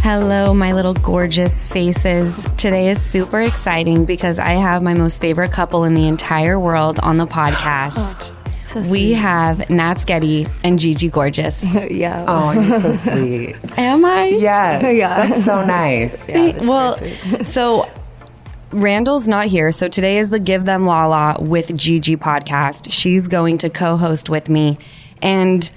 Hello, my little gorgeous faces. Today is super exciting because I have my most favorite couple in the entire world on the podcast. So we have Nats Getty and Gigi Gorgeous. yeah. Oh, you're so sweet. Am I? Yes. Yeah. That's so nice. See, well, so Randall's not here. So today is the Give Them La La with Gigi podcast. She's going to co host with me. And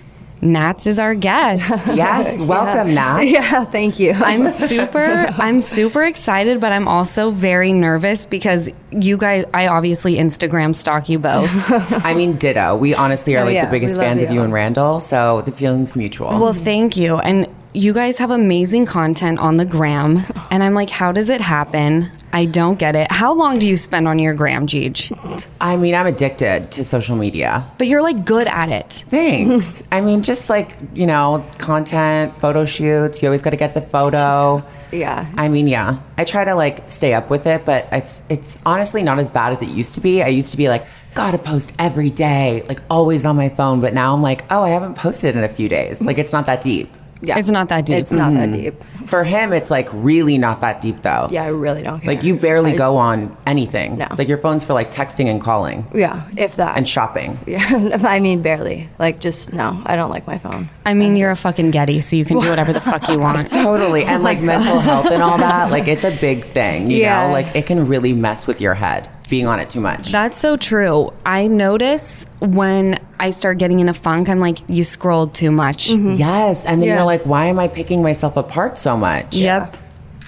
Nats is our guest. Yes. Welcome, Nat. Yeah, thank you. I'm super I'm super excited, but I'm also very nervous because you guys I obviously Instagram stalk you both. I mean, ditto. We honestly are like Oh, yeah, the biggest we love fans of you. you and Randall, so the feeling's mutual. well, thank you. And you guys have amazing content on the gram. And I'm like, how does it happen? I don't get it. How long do you spend on your gram, Jeej? I mean, I'm addicted to social media. But you're like good at it. Thanks. I mean, just like, you know, content, photo shoots, you always got to get the photo. Yeah. I mean, yeah. I try to like stay up with it, but it's it's honestly not as bad as it used to be. I used to be like, gotta post every day, like always on my phone, but now I'm like, oh, I haven't posted in a few days. Like it's not that deep. Mm. yeah. It's not that deep. It's not that deep. For him, it's like really not that deep though. Yeah, I really don't care. Like you barely go on anything. No. It's like your phone's for like texting and calling Yeah, if that. and shopping. yeah, I mean barely. Like just no, I don't like my phone. I mean, you're a fucking Getty, so you can do whatever the fuck you want. Oh Totally. And like mental health and all that. Like it's a big thing, you Yeah. know? Like it can really mess with your head being on it too much. That's so true. I notice when I start getting in a funk, I'm like, you scrolled too much. Mm-hmm. Yes. And then Yeah. you're like, why am I picking myself apart so much? Yep.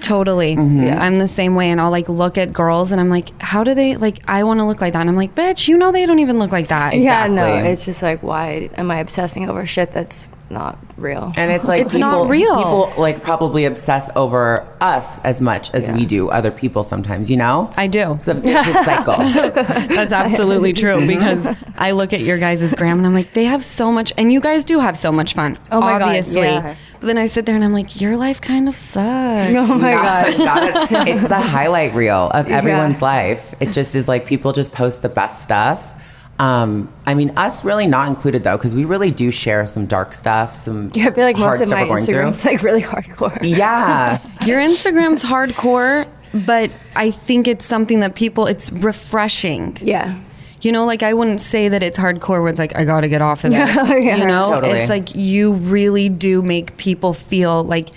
Totally. Mm-hmm. I'm the same way. And I'll like look at girls and I'm like, how do they like, I want to look like that. And I'm like, bitch, you know, they don't even look like that. Yeah, no, Exactly. it's just like why am I obsessing over shit that's not real? And it's like It's people, not real. people like probably obsess over us as much as we do other people sometimes, you know? I do. it's a vicious cycle. That's absolutely Mm-hmm. true because I look at your guys' gram and I'm like, they have so much, and you guys do have so much fun. Oh my God, obviously. yeah. But then I sit there and I'm like, your life kind of sucks. oh my god. Not- not- it's the highlight reel of everyone's life. It just is like people just post the best stuff. Um, I mean, us really not included though, because we really do share some dark stuff. Some I feel like hard most of stuff my we're going through. Instagram's like really hardcore. Yeah, Your Instagram's hardcore, but I think it's something that people, it's refreshing. Yeah. You know, like I wouldn't say that it's hardcore where it's like, I gotta get off of this. Yeah. You know, Totally. it's like you really do make people feel like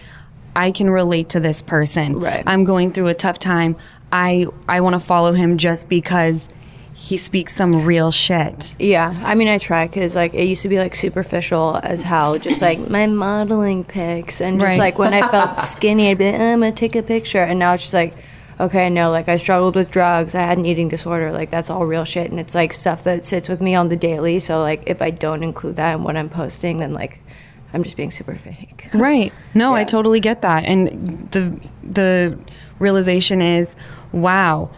I can relate to this person. Right. I'm going through a tough time. I I wanna follow him just because he speaks some real shit. Yeah, I mean, I try because like it used to be like superficial as how just like my modeling pics and just Right. like when I felt skinny, I'd be like, I'm gonna take a picture, and now it's just like, okay, no, like I struggled with drugs, I had an eating disorder, like that's all real shit, and it's like stuff that sits with me on the daily. So like if I don't include that in what I'm posting, then like I'm just being super fake. Right. No, I totally get that. And the the realization is, wow,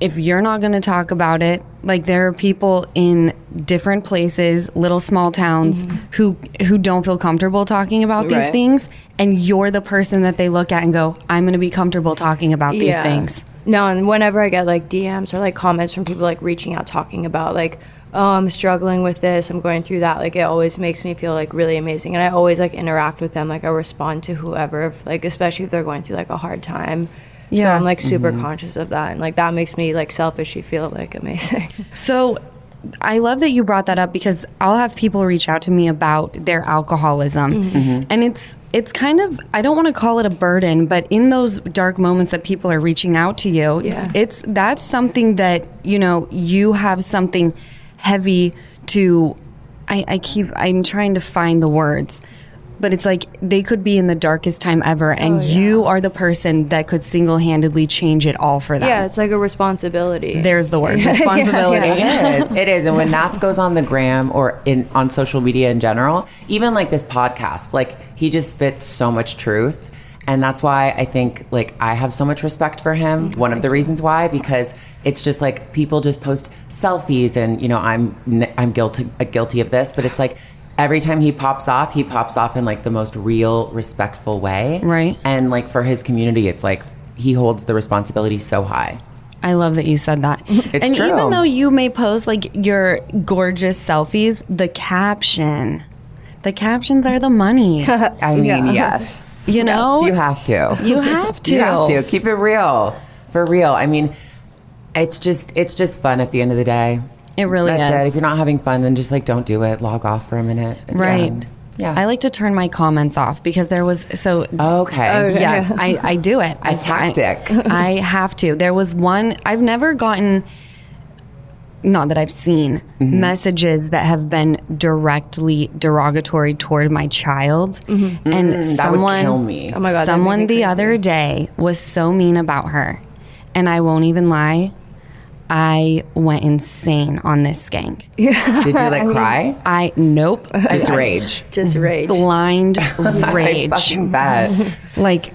if you're not going to talk about it, like there are people in different places, little small towns who who don't feel comfortable talking about these Right. things and you're the person that they look at and go, I'm going to be comfortable talking about these things. No, and whenever I get like DMs or like comments from people like reaching out talking about like, oh, I'm struggling with this, I'm going through that, like it always makes me feel like really amazing. And I always like interact with them, like I respond to whoever, if, like especially if they're going through like a hard time. So Yeah. I'm like super conscious of that. And like that makes me like selfishly feel like amazing. So I love that you brought that up because I'll have people reach out to me about their alcoholism. Mm-hmm. And it's it's kind of I don't want to call it a burden, but in those dark moments that people are reaching out to you, Yeah. it's that's something that, you know, you have something heavy to I, I keep I'm trying to find the words. But it's like they could be in the darkest time ever, Oh, and you are the person that could single handedly change it all for them. yeah, it's like a responsibility. There's the word responsibility. it is. It is. And when Nats goes on the gram or in on social media in general, even like this podcast, like he just spits so much truth. And that's why I think like I have so much respect for him. One of the reasons why because it's just like people just post selfies and you know I'm n- I'm guilty uh, guilty of this, but it's like every time he pops off, he pops off in like the most real respectful way. Right. And like for his community, it's like he holds the responsibility so high. I love that you said that. and true. even though you may post like your gorgeous selfies, the caption, the captions are the money. I mean, yes. yes. You know? Yes, you have to. You have to. You have to keep it real, for real. I mean, it's just it's just fun at the end of the day. It really That's is. it. If you're not having fun, then just like don't do it. Log off for a minute. It's Right. fun. Yeah. Oh, I like to turn my comments off because there was so. Okay. Okay. Oh, Yeah, I, I do it. I tactic. I, have to. There was one. I've never gotten. Not that I've seen Mm-hmm. messages that have been directly derogatory toward my child, and Mm-hmm. that would someone kill me. Oh my God, that'd someone make me the crazy. other day was so mean about her, and I won't even lie, I went insane on this skank. Did you like cry? I nope, Just rage. Just rage. blind I rage. fucking bet. like,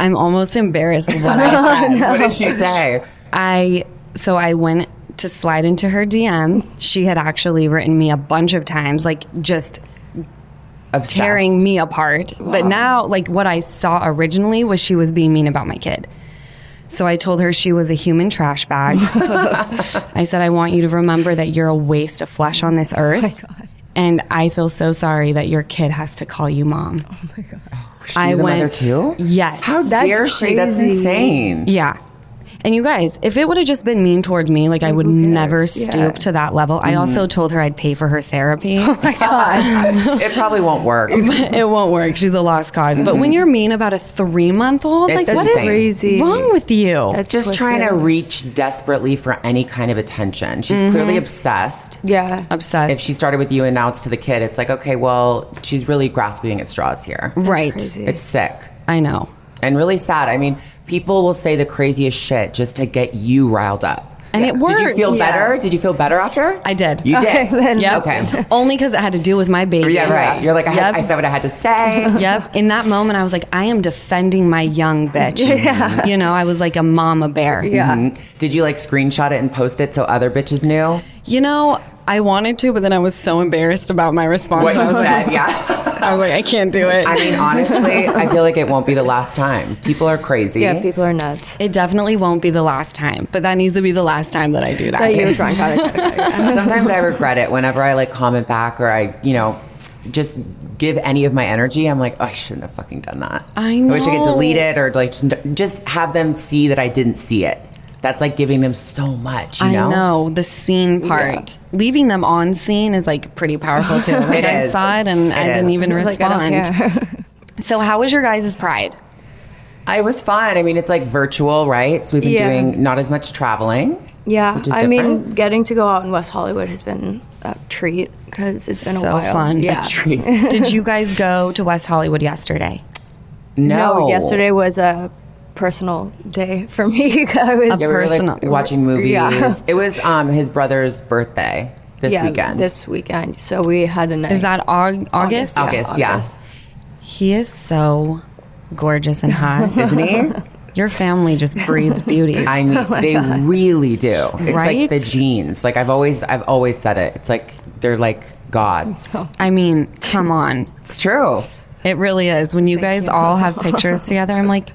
I'm almost embarrassed of what I said. What did she say? I so I went to slide into her DM. She had actually written me a bunch of times, like just Obsessed. tearing me apart. But now, like what I saw originally was she was being mean about my kid. So I told her she was a human trash bag. I said, I want you to remember that you're a waste of flesh on Oh this earth. And I feel so sorry that your kid has to call you mom. She's I a mother went- too. Yes. How That's dare she? That's crazy. insane. Yeah. And you guys, if it would have just been mean towards me, like I would never stoop to that level. Mm-hmm. I also told her I'd pay for her therapy. It probably won't work. it won't work. She's a lost because But when you're mean about a three month old, like Mm-hmm. It's what is insane. Crazy. wrong with you? That's Just trying to twisted. reach desperately for any kind of attention. She's clearly Mm-hmm. obsessed. Yeah. Upset. If she started with you and now it's to the kid, it's like, okay, well, she's really grasping at straws here. right. It's sick. I know. and really sad. I mean, people will say the craziest shit just to get you riled up. And it Did you feel worked. better? Did you feel better after? I did. You did. Okay, then. Yep. Okay. Only because it had to do with my baby. Yeah, right. You're like, I, had, Yep. I said what I had to say. Yep. In that moment, I was like, I am defending my young bitch. Yeah. You know, I was like a mama bear. Yeah. Mhm. Did you like screenshot it and post it so other bitches knew You know, I wanted to, but then I was so embarrassed about my response. what I you was like, said? Yeah. I was like, I can't do it. I mean, honestly, I feel like it won't be the last time. People are crazy. Yeah, people are nuts. it definitely won't be the last time, but that needs to be the last time that I do that. That you were trying to Sometimes I regret it whenever I like comment back or I, you know, just give any of my energy. I'm like, oh, I shouldn't have fucking done that. I wish I could know. delete it or like just- just have them see that I didn't see it. That's like giving them so much, you I know? know the scene part. Leaving them on scene is like pretty powerful too. Like I is. saw it and It I didn't is. even like, I respond. don't care. so how was your guys' pride? I was fine. I mean, it's like virtual, right? So we've been Yeah. doing not as much traveling. Yeah, Which is I mean, different. getting to go out in West Hollywood has been a treat because it's been So a while. fun. A Yeah. Treat. Did you guys go to West Hollywood yesterday? No. No, yesterday was a personal day for me. I was Yeah, we were like Personal. watching movies. Yeah. It was um his brother's birthday this yeah, weekend. This weekend, so we had a night. Is that Aug- August? yeah, August, yeah. He is so gorgeous and hot. Isn't he? Your family just breeds beauty. I mean, they really do. It's like Right? the genes. Like I've always, I've always said it. It's like they're like gods. I mean, come on. It's true. It really is. When you guys all have pictures together, I'm like,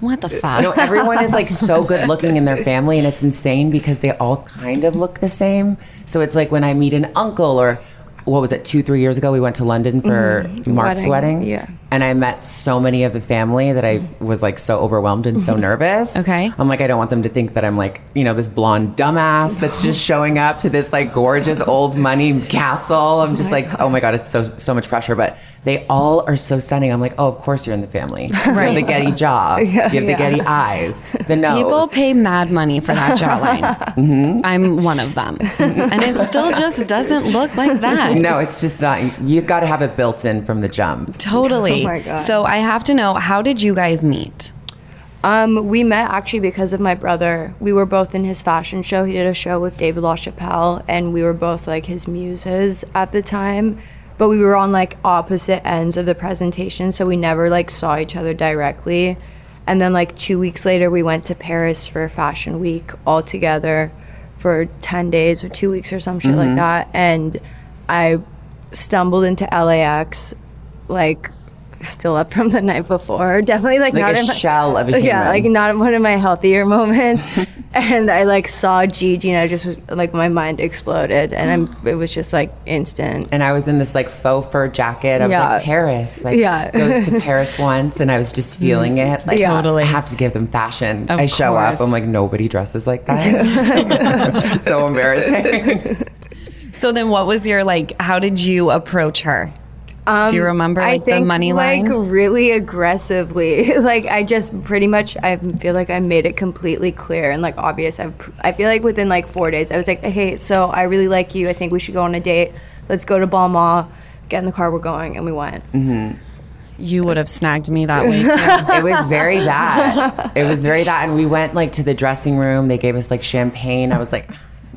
what the fuck? No, everyone is like so good looking in their family, and it's insane because they all kind of look the same. So it's like when I meet an uncle or. What was it? Two, three years ago, we went to London for Mark's Wedding, wedding. yeah. and I met so many of the family that I was like so overwhelmed and so nervous. Okay. I'm like, I don't want them to think that I'm like, you know, this blonde dumbass that's just showing up to this like gorgeous old money castle. I'm just like, oh my god, it's so so much pressure. But they all are so stunning. I'm like, oh, of course you're in the family. Right. You have the Getty jaw. you have the Getty eyes. The nose. People pay mad money for that jawline. I'm one of them. And it still just doesn't look like that. no, it's just not. You got to have it built in from the jump. Totally. Oh my God. So I have to know how did you guys meet? Um, we met actually because of my brother. We were both in his fashion show. He did a show with David LaChapelle, and we were both like his muses at the time. But we were on like opposite ends of the presentation, so we never like saw each other directly. And then like two weeks later, we went to Paris for Fashion Week all together for ten days or two weeks or some shit like that. And I stumbled into LAX like still up from the night before. Definitely like, Like not a in my, shell of a Yeah, human. like not in one of my healthier moments. and I like saw Gigi and I just was like my mind exploded and I'm it was just like instant. and I was in this like faux fur jacket. I was Yeah. like Paris, like Yeah. goes to Paris once, and I was just feeling it. Like, Yeah. Totally. I have to give them fashion. I show course. up, I'm like nobody dresses like that. so embarrassing. So then, what was your like? How did you approach her? Do you remember like the money like, line? really aggressively. like I just pretty much I feel like I made it completely clear and like obvious. I I feel like within like four days I was like, okay, so I really like you. I think we should go on a date. Let's go to Balmain. Get in the car. We're going, and we went. You would have snagged me that way too. it was very that. It was very that. And we went like to the dressing room. They gave us like champagne. I was like,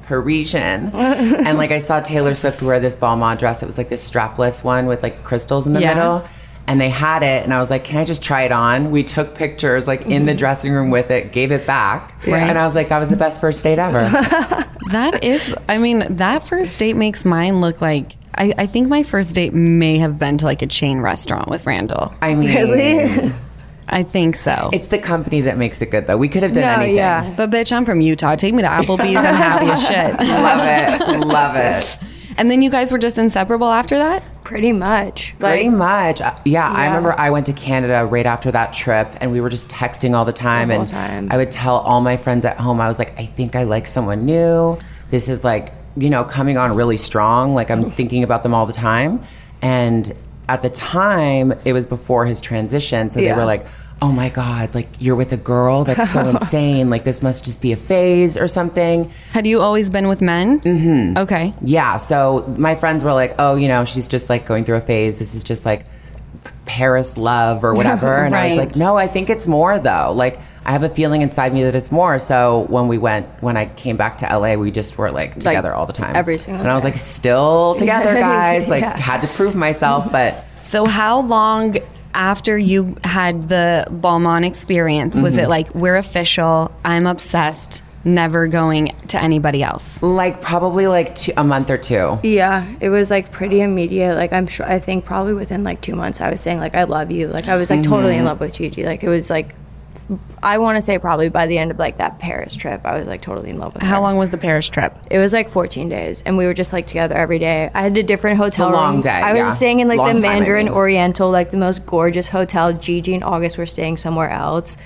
Parisian. and like I saw Taylor Swift wear this Balmain dress. It was like this strapless one with like crystals in the Yeah. middle. And they had it, and I was like, "Can I just try it on?" We took pictures, like in the dressing room with it, gave it back, Right. and I was like, "That was the best first date ever." That is, I mean, that first date makes mine look like. I, I think my first date may have been to like a chain restaurant with Randall. I mean, I think so. it's the company that makes it good, though. We could have done No, anything. yeah. but bitch, I'm from Utah. Take me to Applebee's. I'm happy as shit. Love it, love it. And then you guys were just inseparable after that? Pretty much. Pretty much. Uh, Yeah, I Yeah. remember I went to Canada right after that trip and we were just texting all the time. whole and time. I would tell all my friends at home, I was like, I think I like someone new. This is like, you know, coming on really strong. Like I'm thinking about them all the time. And at the time, it was before his transition. So Yeah. they were like, oh my God, like you're with a girl? That's so insane. Like this must just be a phase or something. Had you always been with men? Mm-hmm. Okay. Yeah. So my friends were like, oh, you know, she's just like going through a phase. This is just like Paris love or whatever. And I was Right. like, no, I think it's more though. Like, I have a feeling inside me that it's more. So when we went, when I came back to LA, we just were like together all the time. every single And I was day. like, still together, guys. Like, Yeah. had to prove myself, but. So, how long after you had the Balmain experience was it like, we're official, I'm obsessed, never going to anybody else? Like probably like two, a month or two. Yeah, it was like pretty immediate. Like I'm sure, I think probably within like two months, I was saying like I love you. Like I was like totally in Mm-hmm. love with Gigi. Like it was like, I want to say probably by the end of like that Paris trip, I was like totally in love with How her. long was the Paris trip? It was like 14 days, and we were just like together every day. I had a different hotel. It's a long room. day, I was yeah. staying in like Long the time, I Mandarin mean. Oriental, like the most gorgeous hotel. Gigi and August were staying somewhere else,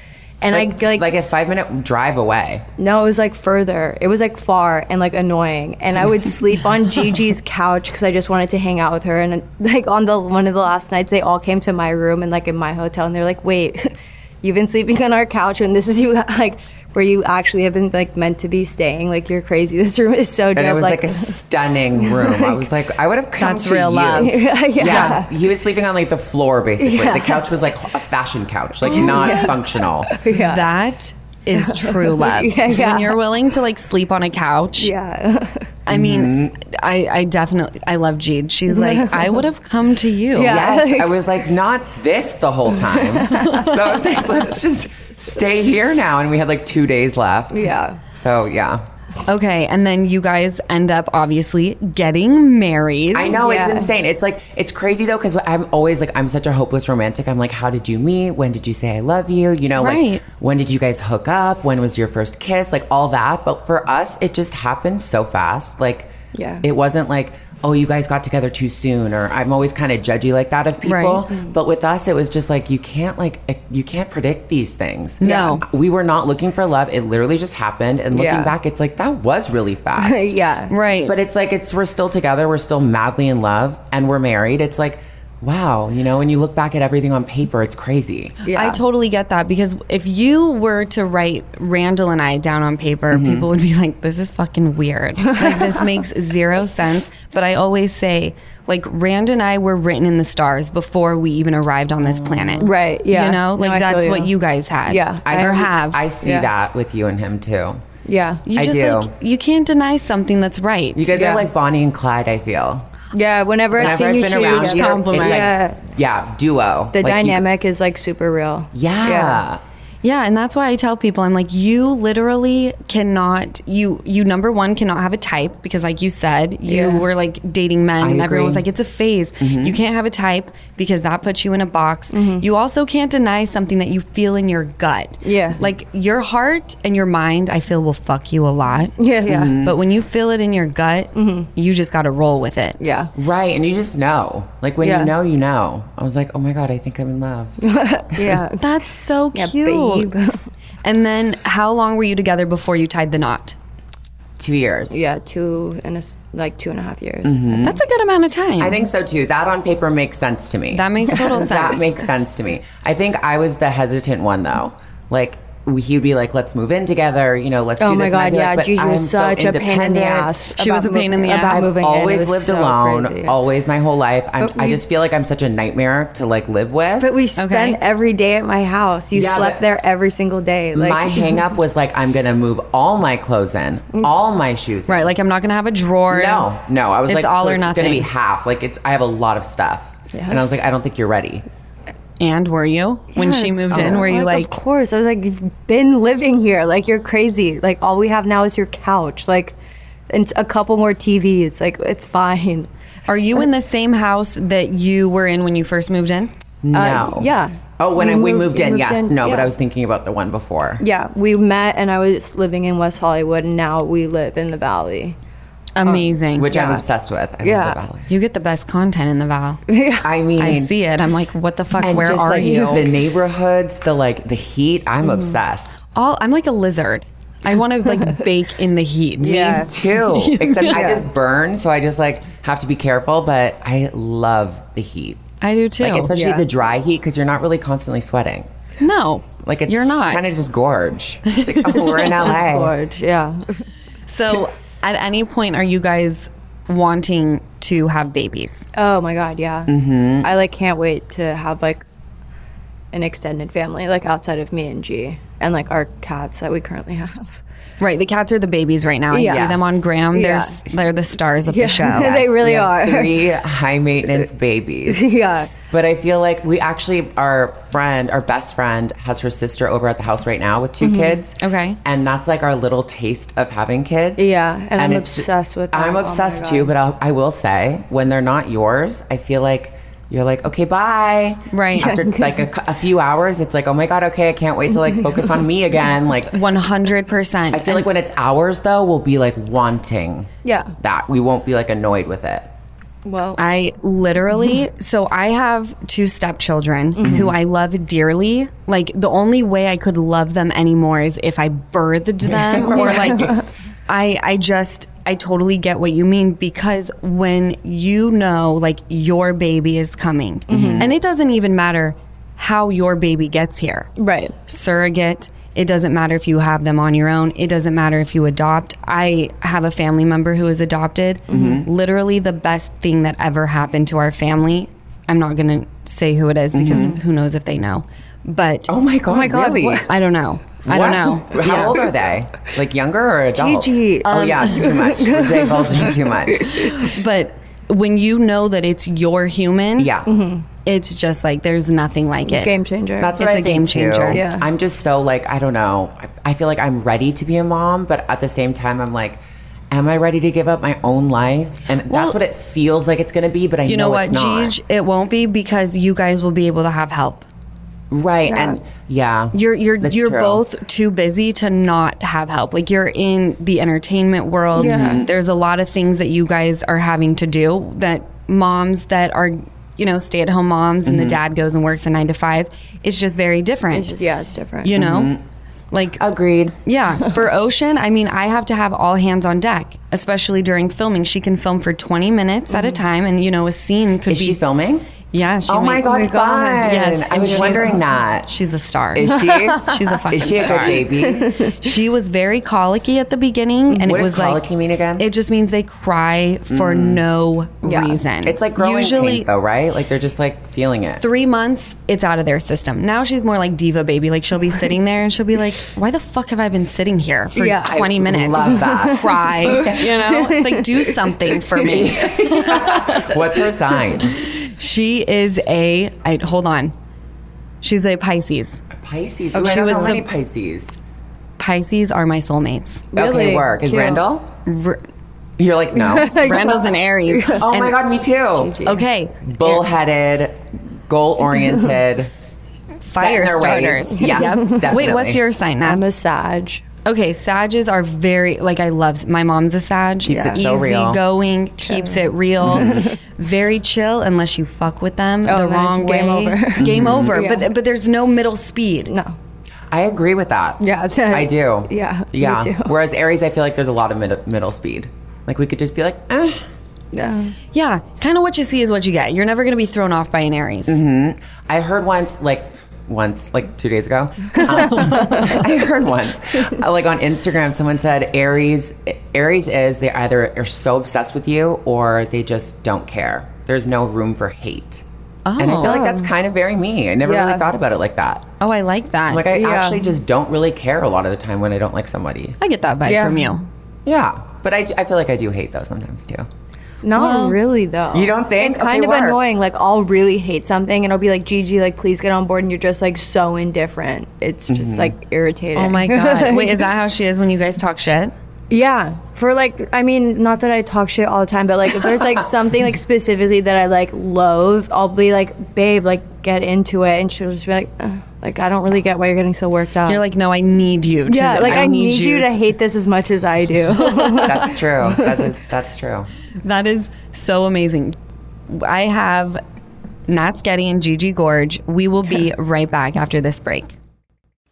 and Like, I like, a five minute drive away. no, it was like further. It was like far and like annoying. And I would sleep on Gigi's couch because I just wanted to hang out with her. And like on the one of the last nights, they all came to my room and like in my hotel, and they're like, "Wait, you've been sleeping on our couch, and this is you like where you actually have been like meant to be staying. Like you're crazy. This room is so dope. And it was like, a stunning room. I was like, I would have come That's to real you. love. yeah, Yeah. He was sleeping on like the floor basically. The couch was like a fashion couch, like not functional. yeah, That is true love. Yeah, yeah. When you're willing to like sleep on a couch. yeah. I mean, I, I definitely I love Jeed. She's like, I would have come to you. Yeah. Yes. I was like, not this the whole time. So I was like, let's just stay here now. And we had like two days left. Yeah. So yeah. Okay, and then you guys end up obviously getting married. I know it's Oh, Yeah. insane. It's like it's crazy though because I'm always like I'm such a hopeless romantic. I'm like, how did you meet? When did you say I love you? You know, Right. like when did you guys hook up? When was your first kiss? Like all that. But for us, it just happened so fast. Like, Yeah. it wasn't like oh you guys got together too soon or I'm always kind of judgy like that of people. Mm-hmm. Right. But with us, it was just like you can't like e- you can't predict these things. No. we were not looking for love. It literally just happened. And looking Yeah. back, it's like that was really fast. yeah. Right. But it's like it's we're still together, we're still madly in love, and we're married. It's like, wow, you know, when you look back at everything on paper, it's crazy. Yeah. I totally get that because if you were to write Randall and I down on paper, Mm-hmm. people would be like, this is fucking weird. like, this makes zero sense. But I always say, like, Rand and I were written in the stars before we even arrived on this planet. Right, yeah. You know, No, like, I feel that's you. what you guys had. Yeah. I or see- have. I see Yeah. that with you and him too. Yeah. you I just, do. Like, you can't deny something that's right. You guys Yeah. are like Bonnie and Clyde, I feel. Yeah. Whenever, I've Whenever seen I've you been two around together- you, it's compliment. like, Yeah. yeah, duo. The Like, you- dynamic is like super real. yeah. Yeah, and that's why I tell people I'm like you literally cannot you you number 1 cannot have a type because like you said you Yeah. Mm-hmm. were like dating men and I agree. everyone was like it's a phase. You can't have a type because that puts you in a box. You also can't deny something that you feel in your gut. Yeah. Like your heart and your mind I feel will fuck you a lot. Yeah, yeah. Mm-hmm. But when you feel it in your gut, you just got to roll with it. Mm-hmm. Yeah. Right. And you just know. Like when Yeah. you know, you know. I was like, oh my God, I think I'm in love. Yeah. That's so Yeah, cute. babe. and then how long were you together before you tied the knot? Two years. yeah, two and a s like two and a half years. That's a good amount of time. I think so too. That on paper makes sense to me. That makes total sense. That makes sense to me. I think I was the hesitant one though. Like he would be like, "Let's move in together," you know, "Let's Oh do my this." and I'd god, be yeah, like, "But Gigi I'm was so such a pain in independent." the ass. She was about a pain in mov- the about ass. I've moving in. It always was lived so alone. crazy. Always my whole life. I'm, But I we- just feel like I'm such a nightmare to like live with. But we spent Okay. every day at my house. You Yeah, slept but- there every single day. Like my hang up was like, I'm gonna move all my clothes in, Mm. all my shoes. in. right. Like I'm not gonna have a drawer. No, no. I was It's like, all so or it's nothing. Gonna be half. Like it's. I have a lot of stuff. And I was Yes. like, I don't think you're ready. And were you when she Yes. moved in? Oh, Were you like, Of course. I was like, you've been living here. Like, you're crazy. Like, all we have now is your couch. Like, and a couple more TVs. Like, it's fine. are you in the same house that you were in when you first moved in? No. Uh, yeah. Oh, when You I, we moved- moved you in, moved yes. in, no, but yeah. I was thinking about the one before. Yeah. We met, and I was living in West Hollywood, and now we live in the Valley. Amazing. Which I'm Yeah. obsessed with. I Yeah. love the valley. you get the best content in the Val. I mean, I see it. I'm like, what the fuck? and Where just, are like, you? The neighborhoods, the like, the heat. I'm obsessed. All I'm like a lizard. I want to like bake in the heat. Yeah. Me too. Except I just burn, so I just like have to be careful. But I love the heat, I do too. like especially Yeah. the dry heat, because you're not really constantly sweating. no, Like it's you're not kind of just gorge. It's like, oh, we're in Just LA. gorge. Yeah. So, at any point, are you guys wanting to have babies? Oh my god, yeah. Mm-hmm. I like can't wait to have like an extended family like outside of me and G and like our cats that we currently have. Right, the cats are the babies right now. I see Yes. them on Graham. They're Yeah. s- they're the stars of the show. they really are. Three high maintenance babies. yeah. But I feel like we actually, our friend, our best friend, has her sister over at the house right now with 2 Mm-hmm. kids. Okay. And that's like our little taste of having kids. Yeah, and I'm it's- obsessed with that. I'm Oh my obsessed God. too, but I'll, I will say, when they're not yours, I feel like you're like, okay, bye. Right. After like a, cou- a few hours, it's like, oh my God, okay, I can't wait to like focus on me again. Like, One hundred percent. I feel like when it's ours though, we'll be like wanting Yeah. that. We won't be like annoyed with it. Well, I literally, Mm-hmm. so I have two stepchildren who I love dearly. Like, the only way I could love them anymore is if I birthed them, or like, I, I just, I totally get what you mean because when you know, like, your baby is coming, Mm-hmm. and it doesn't even matter how your baby gets here right. surrogate. It doesn't matter if you have them on your own. It doesn't matter if you adopt. I have a family member who is adopted. Mm-hmm. Literally the best thing that ever happened to our family. I'm not going to say who it is because who knows if they know. But Mm-hmm. Oh my God. Oh my God, Really? what- I don't know. I What? don't know. How old are they? Like younger or adult? Gigi. Oh yeah, too much. We're divulging too much. But when you know that it's your human, Mm-hmm. Yeah. it's just like there's nothing like it. Game changer. That's what It's I a think game changer. Too. Yeah. I'm just so like I don't know. I- I feel like I'm ready to be a mom, but at the same time, I'm like, am I ready to give up my own life? And Well- that's what it feels like it's going to be. But I You know what, it's not. Gigi? It won't be because you guys will be able to have help. Right. And yeah, You're you're That's you're true. both too busy to not have help. Like you're in the entertainment world. Yeah. Mm-hmm. Mhm. There's a lot of things that you guys are having to do that moms that are you know stay at home moms Mm-hmm. and the dad goes and works a nine to five. It's just very different. It's just- yeah, it's different. you know, Mm-hmm. like agreed. yeah. For Ocean, I mean, I have to have all hands on deck, especially during filming. She can film for 20 minutes at a time, and you know, a scene could Is be she filming? yeah. She oh my might- god, God. fun. Yes, I and was she's- wondering that. She's a star. Is she? She's a fucking Is she a star. good baby? She was very colicky at the beginning, and What it does was like colicky mean again? Mm. It just means they cry for no reason. It's like growing usually pains, though, right? Like they're just like feeling it. three months. It's out of their system. Now she's more like diva baby. Like she'll be sitting there and she'll be like, "Why the fuck have I been sitting here for Yeah, I twenty minutes? love that. Cry, you know? It's like do something for me." What's her sign? She is a. I, hold on. She's a Pisces. Pisces. Oh, Ooh, she I don't was know the- any Pisces. Pisces are my soulmates. okay, Really? work. Is Cute. Randall? R- You're like, no. Randall's an Aries. oh my And- God, me too. Okay. Bullheaded, goal oriented. Fire starters. Yeah. Wait, what's your sign? Nat? I'm a Sag. Okay, Sages are very like I love my mom's a Sag. Keeps it Easy so real. going, keeps it real. very chill unless you fuck with them the then it's wrong way. Oh, game over. Mm-hmm. Game over. Yeah. But but there's no middle speed. No. I agree with that. Yeah, that- I do. yeah, me Yeah. too. Whereas Aries, I feel like there's a lot of middle, middle speed. Like we could just be like, eh. Yeah. Yeah, kind of what you see is what you get. You're never gonna be thrown off by an Aries. Mm-hmm. I heard once, like once, like two days ago. Um, I heard once, uh, like on Instagram, someone said Aries. Aries is they either are so obsessed with you or they just don't care. There's no room for hate. And I feel like that's kind of very me. I never Oh. Yeah. really thought about it like that. Oh, I like that. Like I Yeah. actually just don't really care a lot of the time when I don't like somebody. I get that vibe Yeah. from you. Yeah, but I, d- I feel like I do hate those sometimes too. Not really though. You don't think? It's Okay, kind of work. annoying. Like I'll really hate something and I'll be like, Gigi, like please get on board and you're just like so indifferent. It's just like irritating. Oh my god. Wait, is that how she is when you guys talk shit? Yeah. For like I mean, not that I talk shit all the time, but like if there's like something like specifically that I like loathe, I'll be like, babe, like get into it and she'll just be like, "Ugh." like I don't really get why you're getting so worked up. You're like, no, I need you. To, yeah, like I, need, you to to- hate this as much as I do. That's true. That is that's true. That is so amazing. I have Nat Getty and Gigi Gorge. We will be right back after this break.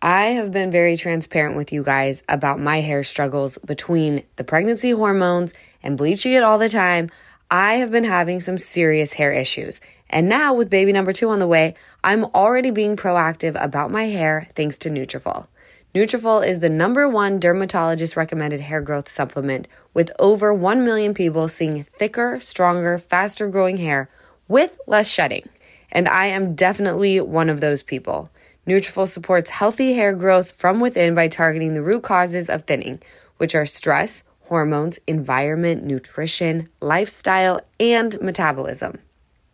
I have been very transparent with you guys about my hair struggles between the pregnancy hormones and bleaching it all the time. I have been having some serious hair issues. And now with baby number two on the way, I'm already being proactive about my hair thanks to Nutrafol. Nutrafol is the number one dermatologist recommended hair growth supplement with over 1 million people seeing thicker, stronger, faster growing hair with less shedding. And I am definitely one of those people. Nutrafol supports healthy hair growth from within by targeting the root causes of thinning, which are stress, hormones, environment, nutrition, lifestyle, and metabolism.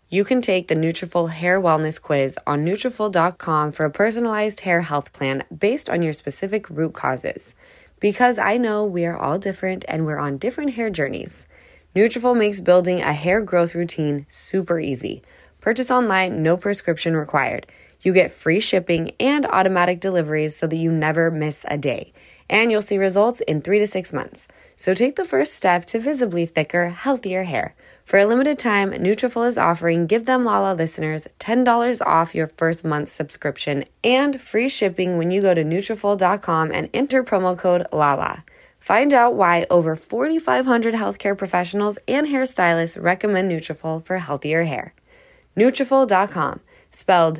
You can take the Nutrafol Hair Wellness Quiz on Nutrafol.com for a personalized hair health plan based on your specific root causes. Because I know we are all different and we're on different hair journeys. Nutrafol makes building a hair growth routine super easy. Purchase online, no prescription required. You get free shipping and automatic deliveries so that you never miss a day. And you'll see results in three to six months. So take the first step to visibly thicker, healthier hair. For a limited time, Nutrafol is offering Give Them Lala listeners $10 off your first month's subscription and free shipping when you go to Nutrafol.com and enter promo code LALA. Find out why over 4,500 healthcare professionals and hairstylists recommend Nutrafol for healthier hair. Nutrafol.com, spelled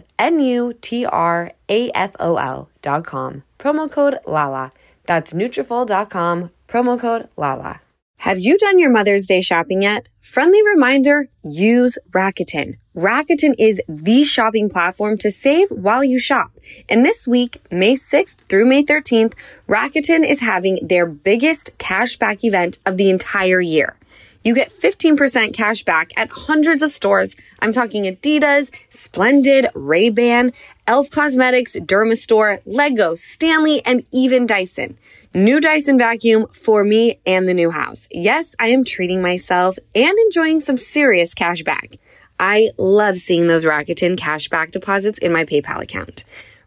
N-U-T-R-A-F-O-L.com. Promo code LALA. That's Nutrafol.com, promo code LALA. Have you done your Mother's Day shopping yet? Friendly reminder use Rakuten. Rakuten is the shopping platform to save while you shop. And this week, May 6th through May 13th, Rakuten is having their biggest cashback event of the entire year. You get 15% cash back at hundreds of stores. I'm talking Adidas, Splendid, Ray-Ban, Elf Cosmetics, Dermastore, Lego, Stanley, and even Dyson. New Dyson vacuum for me and the new house. Yes, I am treating myself and enjoying some serious cash back. I love seeing those Rakuten cash back deposits in my PayPal account.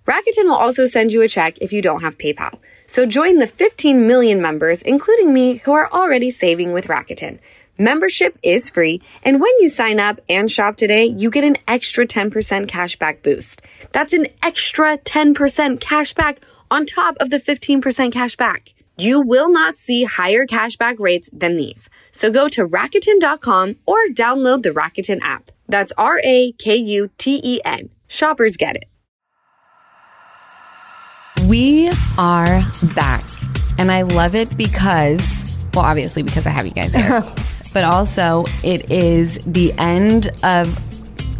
Rakuten will also send you a check if you don't have PayPal. So join the 15 million members, including me, who are already saving with Rakuten. Membership is free, and when you sign up and shop today, you get an extra 10% cashback boost. That's an extra 10% cashback on top of the 15% cashback. You will not see higher cashback rates than these. So go to Rakuten.com or download the Rakuten app. That's R A K U T E N. Shoppers get it. We are back. And I love it because, well, obviously because I have you guys here, but also it is the end of,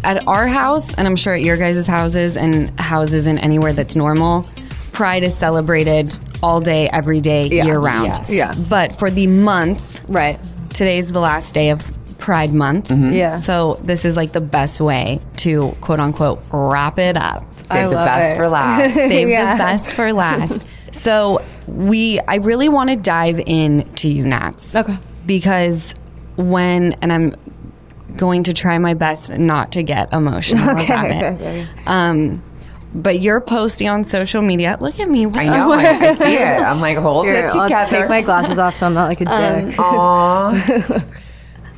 at our house, and I'm sure at your guys' houses and houses and anywhere that's normal, Pride is celebrated all day, every day, year round. Yeah. But for the month, right. today's the last day of Pride Month. Mm-hmm. Yeah. So this is like the best way to quote unquote wrap it up. Save the love best it. for last. save Yeah. the best for last. So we, I really want to dive into you, Nats. Okay. Because when, and I'm going to try my best not to get emotional about it. Um, but you're posting on social media. Look at me. What I know. I, I see it. I'm like, hold Here, it I'll together. take my glasses off so I'm not like a dick. Aww.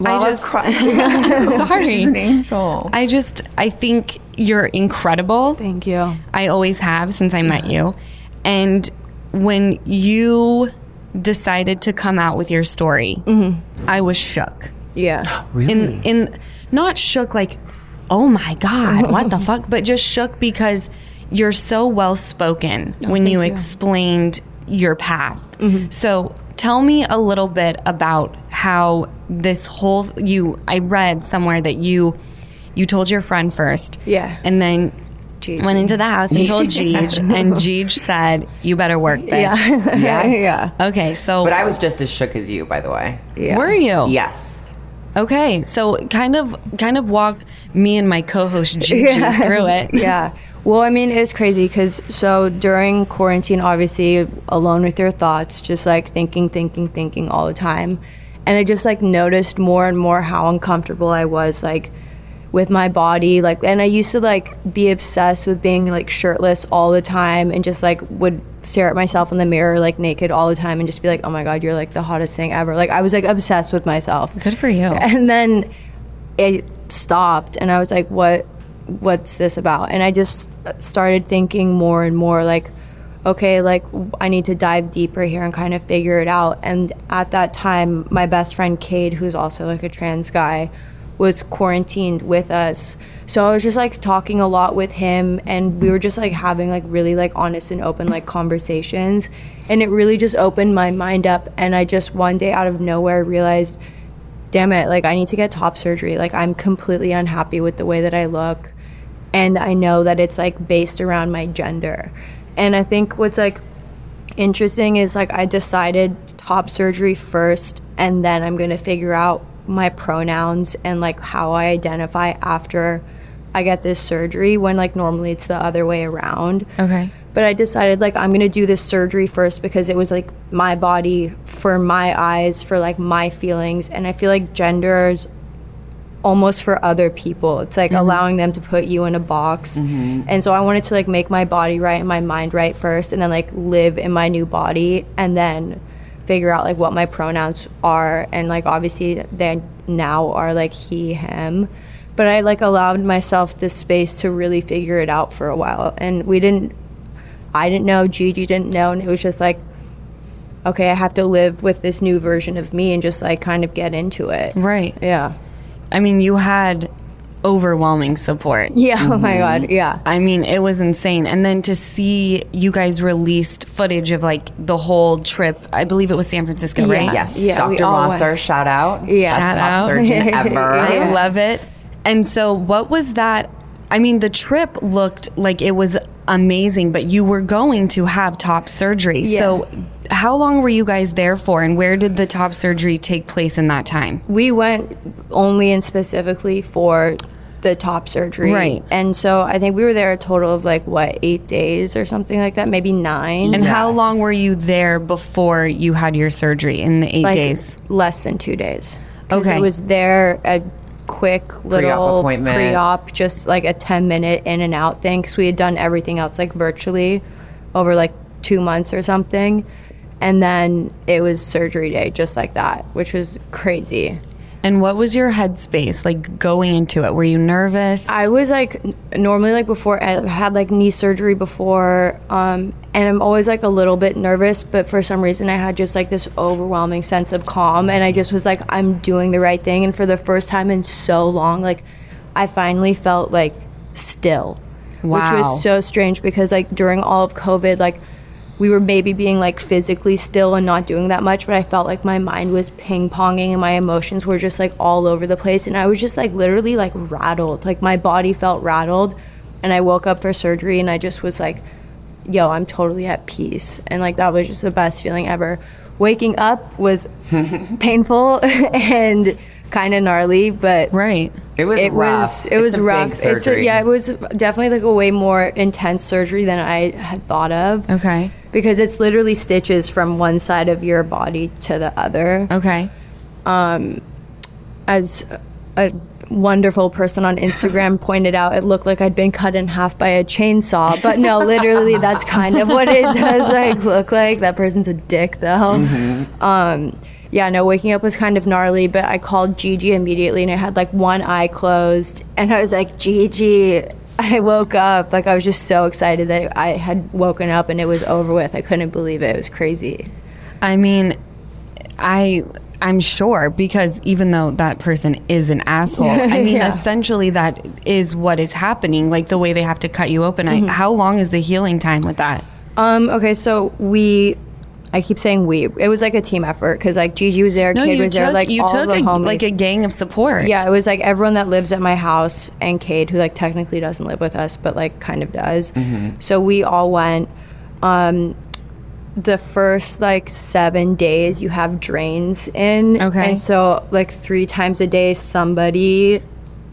I just- just crying. She's an Sorry. angel. I just, I think you're incredible. Thank you. I always have since I met you. And when you decided to come out with your story, Mm-hmm. I was shook. Yeah. really? In Mm. in not shook like, oh my god, what the fuck, but just shook because you're so well spoken when you, explained your path. So tell me a little bit about how this whole you. I read somewhere that you you told your friend first, Yeah. and then. Gigi. Went into the house and told Jeej, and Jeej said, "You better work, bitch." Yeah. Yes. yeah. Okay, so But I was just as shook as you, by the way. Yeah. were you? Yes. Okay, so kind of kind of walk me and my co-host Gigi through it. yeah. Well, I mean, it's crazy because so during quarantine, obviously, alone with your thoughts, just like thinking, thinking, thinking all the time. And I just like noticed more and more how uncomfortable I was, like with my body. Like, and I used to like be obsessed with being like shirtless all the time and just like would stare at myself in the mirror like naked all the time and just be like, oh my God, you're like the hottest thing ever. Like, I was like obsessed with myself Good for you. and then it stopped and i was like what what's this about and i just started thinking more and more like okay like i need to dive deeper here and kind of figure it out and at that time my best friend cade who's also like a trans guy was quarantined with us so i was just like talking a lot with him and we were just like having like really like honest and open like conversations and it really just opened my mind up and i just one day out of nowhere realized damn it, like I need to get top surgery. Like I'm completely unhappy with the way that I look. And I know that it's like based around my gender. And I think what's like interesting is like I decided top surgery first and then I'm going to figure out my pronouns and like how I identify after I get this surgery when like normally it's the other way around. Okay. But I decided like I'm gonna do this surgery first because it was like my body for my eyes for like my feelings, and I feel like genders almost for other people. It's like allowing them to put you in a box, and so I wanted to like make my body right and my mind right first, and then like live in my new body, and then figure out like what my pronouns are, and like obviously they now are like he him but i like allowed myself this space to really figure it out for a while and we didn't I didn't know, Gigi didn't know, and it was just like, okay, I have to live with this new version of me and just like kind of get into it. Right. Yeah. I mean, you had overwhelming support. Yeah. Oh my God. Mm-hmm. Yeah. I mean, it was insane. And then to see you guys released footage of like the whole trip. I believe it was San Francisco, right? Yes. Yeah, we Dr. all went. Mosser, shout out. Yeah. Best Shout top out. surgeon ever. I love it. And so, what was that? I mean, the trip looked like it was amazing, but you were going to have top surgery. So, how long were you guys there for, and where did the top surgery take place in that time? We went only and specifically for the top surgery. Right. And so I think we were there a total of like, what, eight days or something like that? Maybe nine? And how Yes. long were you there before you had your surgery in the eight like days? less than two days. 'Cause Okay. It was there a quick little appointment. pre-op, just like a ten minute in and out thing. Because we had done everything else like virtually over like two months or something, and then it was surgery day, just like that, which was crazy. And what was your headspace like going into it? Were you nervous? I was like n- normally like before I had like knee surgery before, um, and I'm always like a little bit nervous. But for some reason, I had just like this overwhelming sense of calm, and I just was like, I'm doing the right thing. And for the first time in so long, like I finally felt like still, which Wow. was so strange because like during all of COVID, like we were maybe being like physically still and not doing that much, but I felt like my mind was ping ponging and my emotions were just like all over the place. And I was just like literally like rattled. Like my body felt rattled. And I woke up for surgery and I just was like, yo, I'm totally at peace. And like that was just the best feeling ever. Waking up was painful and kind of gnarly, but Right. It was it rough. was it It's was a big rough. It's a, surgery. yeah, it was definitely like a way more intense surgery than I had thought of. Okay. Because it's literally stitches from one side of your body to the other. Okay. As a wonderful person on Instagram pointed out, it looked like I'd been cut in half by a chainsaw. But no, literally, that's kind of what it does like look like. That person's a dick, though. Um, yeah, no, waking up was kind of gnarly, but I called Gigi immediately and I had like one eye closed. And I was like, Gigi. I woke up. Like, I was just so excited that I had woken up and it was over with. I couldn't believe it. It was crazy. I mean, I I'm sure because even though that person is an asshole, I mean, essentially that is what is happening. Like the way they have to cut you open. Mm-hmm. I, how long is the healing time with that? Um. Okay. So we, I keep saying we. It was like a team effort because like Gigi was there, Cade was there, like you all took the a, homies. like a gang of support. yeah. It was like everyone that lives at my house and Cade, who like technically doesn't live with us, but like kind of does. So we all went. Um, the first like seven days, you have drains in. Okay. And so like three times a day, somebody.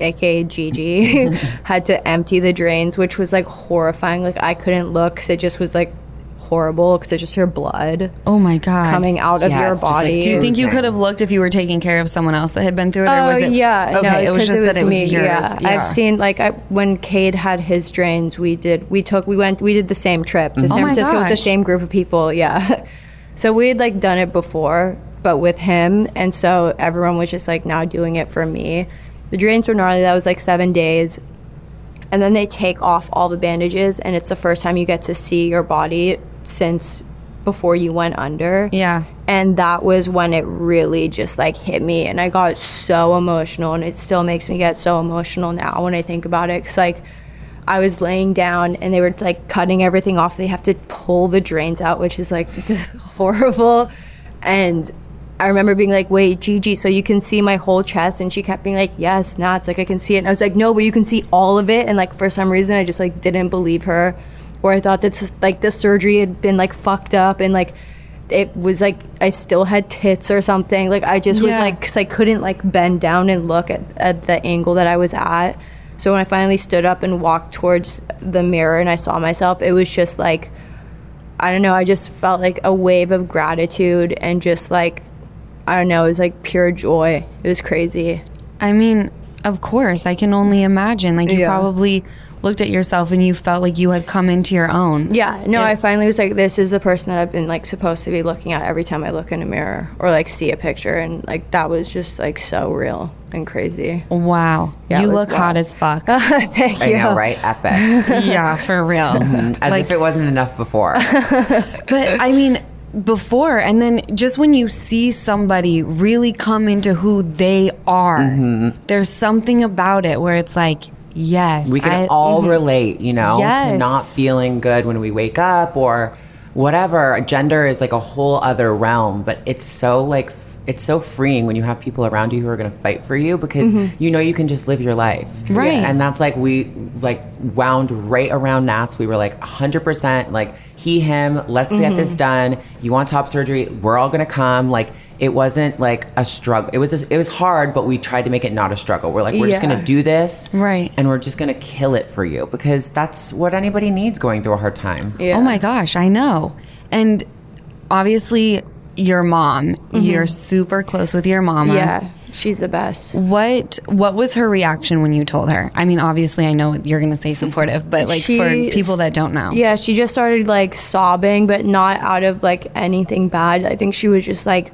AKA Gigi had to empty the drains, which was like horrifying. Like, I couldn't look because it just was like horrible because it's just your blood Oh my god. coming out of Yeah, your it's just, like, body. Do you think you could have looked if you were taking care of someone else that had been through it? Or Oh was it, yeah, Okay, no, it's it was 'cause just that it was me, yours. Yeah. Yeah. I've seen like I, when Cade had his drains, we did we took we went we did the same trip to San Mm-hmm. Oh my Francisco with the gosh. same group of people. Yeah, so we had like done it before, but with him, and so everyone was just like now doing it for me. The drains were gnarly. That was like seven days. And then they take off all the bandages, and it's the first time you get to see your body since before you went under. Yeah. And that was when it really just like hit me, and I got so emotional, and it still makes me get so emotional now when I think about it. Cause like I was laying down, and they were like cutting everything off. They have to pull the drains out, which is like horrible. And I remember being like, wait, Gigi, so you can see my whole chest? And she kept being like, yes, Nats, like I can see it. And I was like, no, but you can see all of it. And like, for some reason, I just like didn't believe her. Or I thought that like the surgery had been like fucked up and like it was like I still had tits or something. Like, I just was Yeah. like, because I couldn't like bend down and look at, at the angle that I was at. So when I finally stood up and walked towards the mirror and I saw myself, it was just like, I don't know, I just felt like a wave of gratitude and just like, I don't know, it was like pure joy. It was crazy. I mean, of course, I can only imagine. Like you Yeah. probably looked at yourself and you felt like you had come into your own. Yeah, no, I finally was like, this is the person that I've been like supposed to be looking at every time I look in a mirror or like see a picture. And like, that was just like so real and crazy. Wow. Yeah, you it was look wild. hot as fuck. Thank I you. know, right? Epic. yeah, for real. Mm-hmm. As if it wasn't enough before. But I mean, before and then just when you see somebody really come into who they are, Mm-hmm. there's something about it where it's like, yes, We can I- mm-hmm. all relate, you know, to Yes. not feeling good when we wake up or whatever. Gender is like a whole other realm, but it's so like f- it's so freeing when you have people around you who are going to fight for you because you know you can just live your life. Mm-hmm. Right. And that's like we like wound right around Nats. We were like 100% like he him, let's get this Mm-hmm. done. You want top surgery, we're all going to come like it wasn't like a struggle. It was just, it was hard, but we tried to make it not a struggle. We're like we're just Yeah. going to do this Right. and we're just going to kill it for you because that's what anybody needs going through a hard time. Oh my gosh, I know. And obviously, your mom, you're super close with your mama. Mm-hmm. Yeah, she's the best. What what was her reaction when you told her? I mean, obviously, I know you're going to say supportive, but like for She's- people that don't know. Yeah, she just started like sobbing, but not out of like anything bad. I think she was just like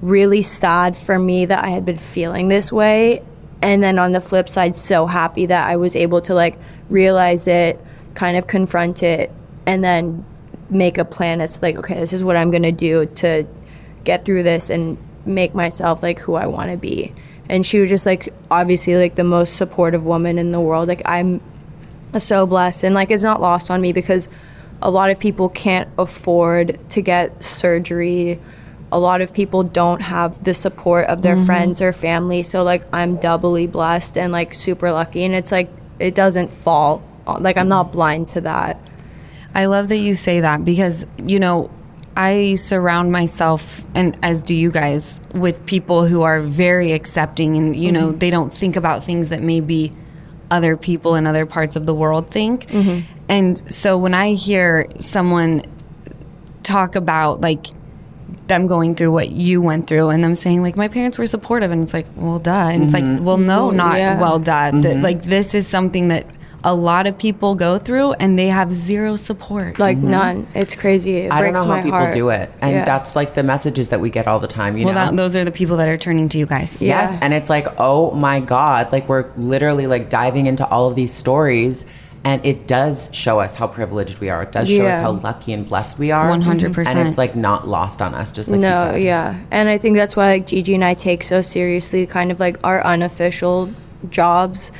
really sad for me that I had been feeling this way. And then on the flip side, so happy that I was able to like realize it, kind of confront it, and then make a plan as to, like, okay, this is what I'm gonna do to get through this and make myself like who I wanna be. And she was just like obviously like the most supportive woman in the world. Like I'm so blessed and like it's not lost on me because a lot of people can't afford to get surgery a lot of people don't have the support of Mm-hmm. their friends or family so like i'm doubly blessed and like super lucky and it's like it doesn't fall like i'm not blind to that I love that you say that because, you know, I surround myself, and as do you guys, with people who are very accepting and, you know, they don't think about things that maybe other people in other parts of the world think. And so when I hear someone talk about like them going through what you went through and them saying like my parents were supportive and it's like well duh and it's like well no not yeah. well duh Th- like this is something that a lot of people go through and they have zero support Like none. It's crazy. It Mm-hmm. I don't breaks know my how people heart. do it, and Yeah. that's like the messages that we get all the time. You well know, that, those are the people that are turning to you guys Yes. Yeah. And it's like, oh my God, like we're literally like diving into all of these stories. And it does show us how privileged we are. It does show us Yeah. how lucky and blessed we are. 100%. And it's like not lost on us, just like you no, said. yeah, and I think that's why like Gigi and I take so seriously, kind of like our unofficial jobs,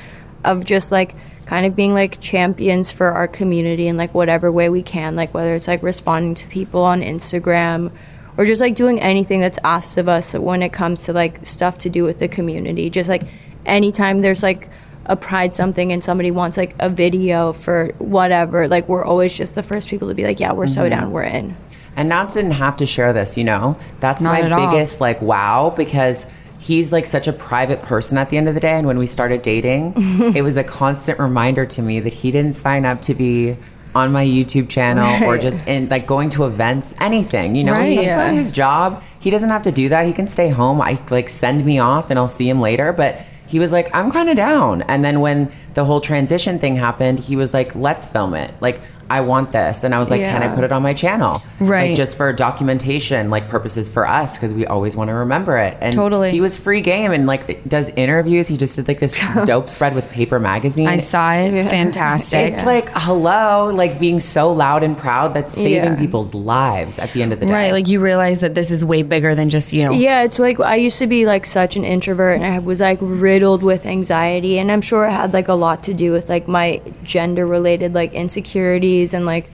of just like kind of being like champions for our community in like whatever way we can, like whether it's like responding to people on Instagram, or just like doing anything that's asked of us when it comes to like stuff to do with the community. Just like anytime there's like a pride something and somebody wants like a video for whatever, like we're always just the first people to be like, yeah, we're Mm-hmm. so down, we're in. And Knox didn't have to share this, you know? That's Not at my all. biggest, like, wow, because he's like such a private person at the end of the day. And when we started dating, it was a constant reminder to me that he didn't sign up to be on my YouTube channel or just in like going to events, anything, you know? Right, That's not yeah. his job. He doesn't have to do that. He can stay home. I like send me off and I'll see him later. But he was like, I'm kind of down. And then when the whole transition thing happened, he was like, let's film it. Like, I want this. And I was like, can I Yeah. put it on my channel? Like, Right. just for documentation, like purposes for us, because we always want to remember it. And Totally. he was free game and like does interviews. He just did like this dope spread with Paper Magazine. i saw it fantastic It's like hello, like being so loud and proud that's saving Yeah. people's lives at the end of the day. right like you realize that this is way bigger than just you Yeah, it's like I used to be like such an introvert and I was like riddled with anxiety and I'm sure it had like a lot to do with like my gender related like insecurities and like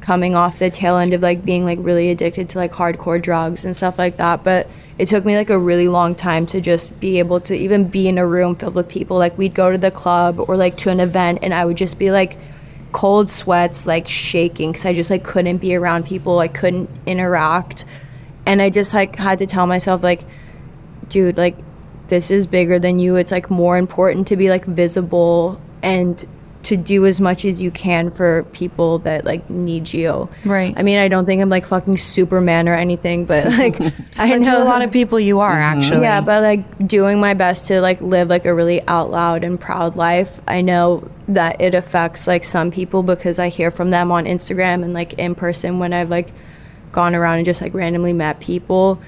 coming off the tail end of like being like really addicted to like hardcore drugs and stuff like that, but it took me like a really long time to just be able to even be in a room filled with people. Like we'd go to the club or like to an event and I would just be like cold sweats like shaking cuz I just like couldn't be around people. I couldn't interact and i just like had to tell myself like dude like this is bigger than you it's like more important to be like visible and to do as much as you can for people that like need you Right. i mean i don't think i'm like fucking superman or anything but like i But know to a lot of people you are actually yeah, but like doing my best to like live like a really out loud and proud life. I know that it affects like some people because I hear from them on Instagram and like in person when I've like gone around and just like randomly met people.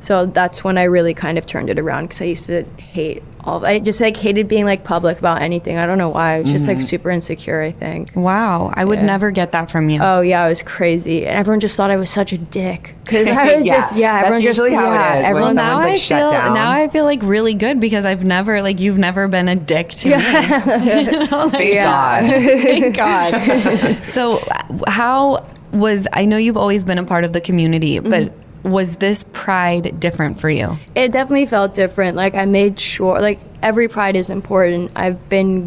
So that's when I really kind of turned it around because I used to hate all. I just like hated being like public about anything. I don't know why. I was just Mm-hmm. like super insecure. I think. wow i would never get that from you Oh yeah, it was crazy, and everyone just thought I was such a dick because I was Yeah, just yeah. that's everyone usually just, how it yeah, is, when Everyone well, someone's, now like, I shut feel down. now I feel like really good because I've never like you've never been a dick to me. Thank Oh God. Thank God. so, uh, how was I know you've always been a part of the community, Mm-hmm. but was this pride different for you? it definitely felt different. Like I made sure, like every pride is important. I've been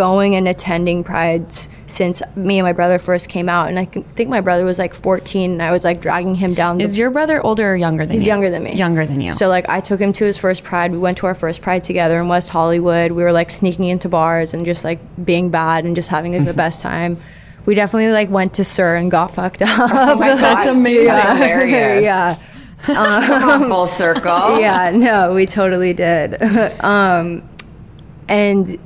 going and attending prides since me and my brother first came out, and I can- think my brother was like 14, and I was like dragging him down. the Is your brother older or younger than you? He's younger than me. Younger than you. So like I took him to his first pride. We went to our first pride together in West Hollywood. We were like sneaking into bars and just like being bad and just having like, the best time. We definitely like went to Sir and got fucked up. Oh That's amazing. hilarious. yeah. Come on, full circle. yeah, no, we totally did. um, and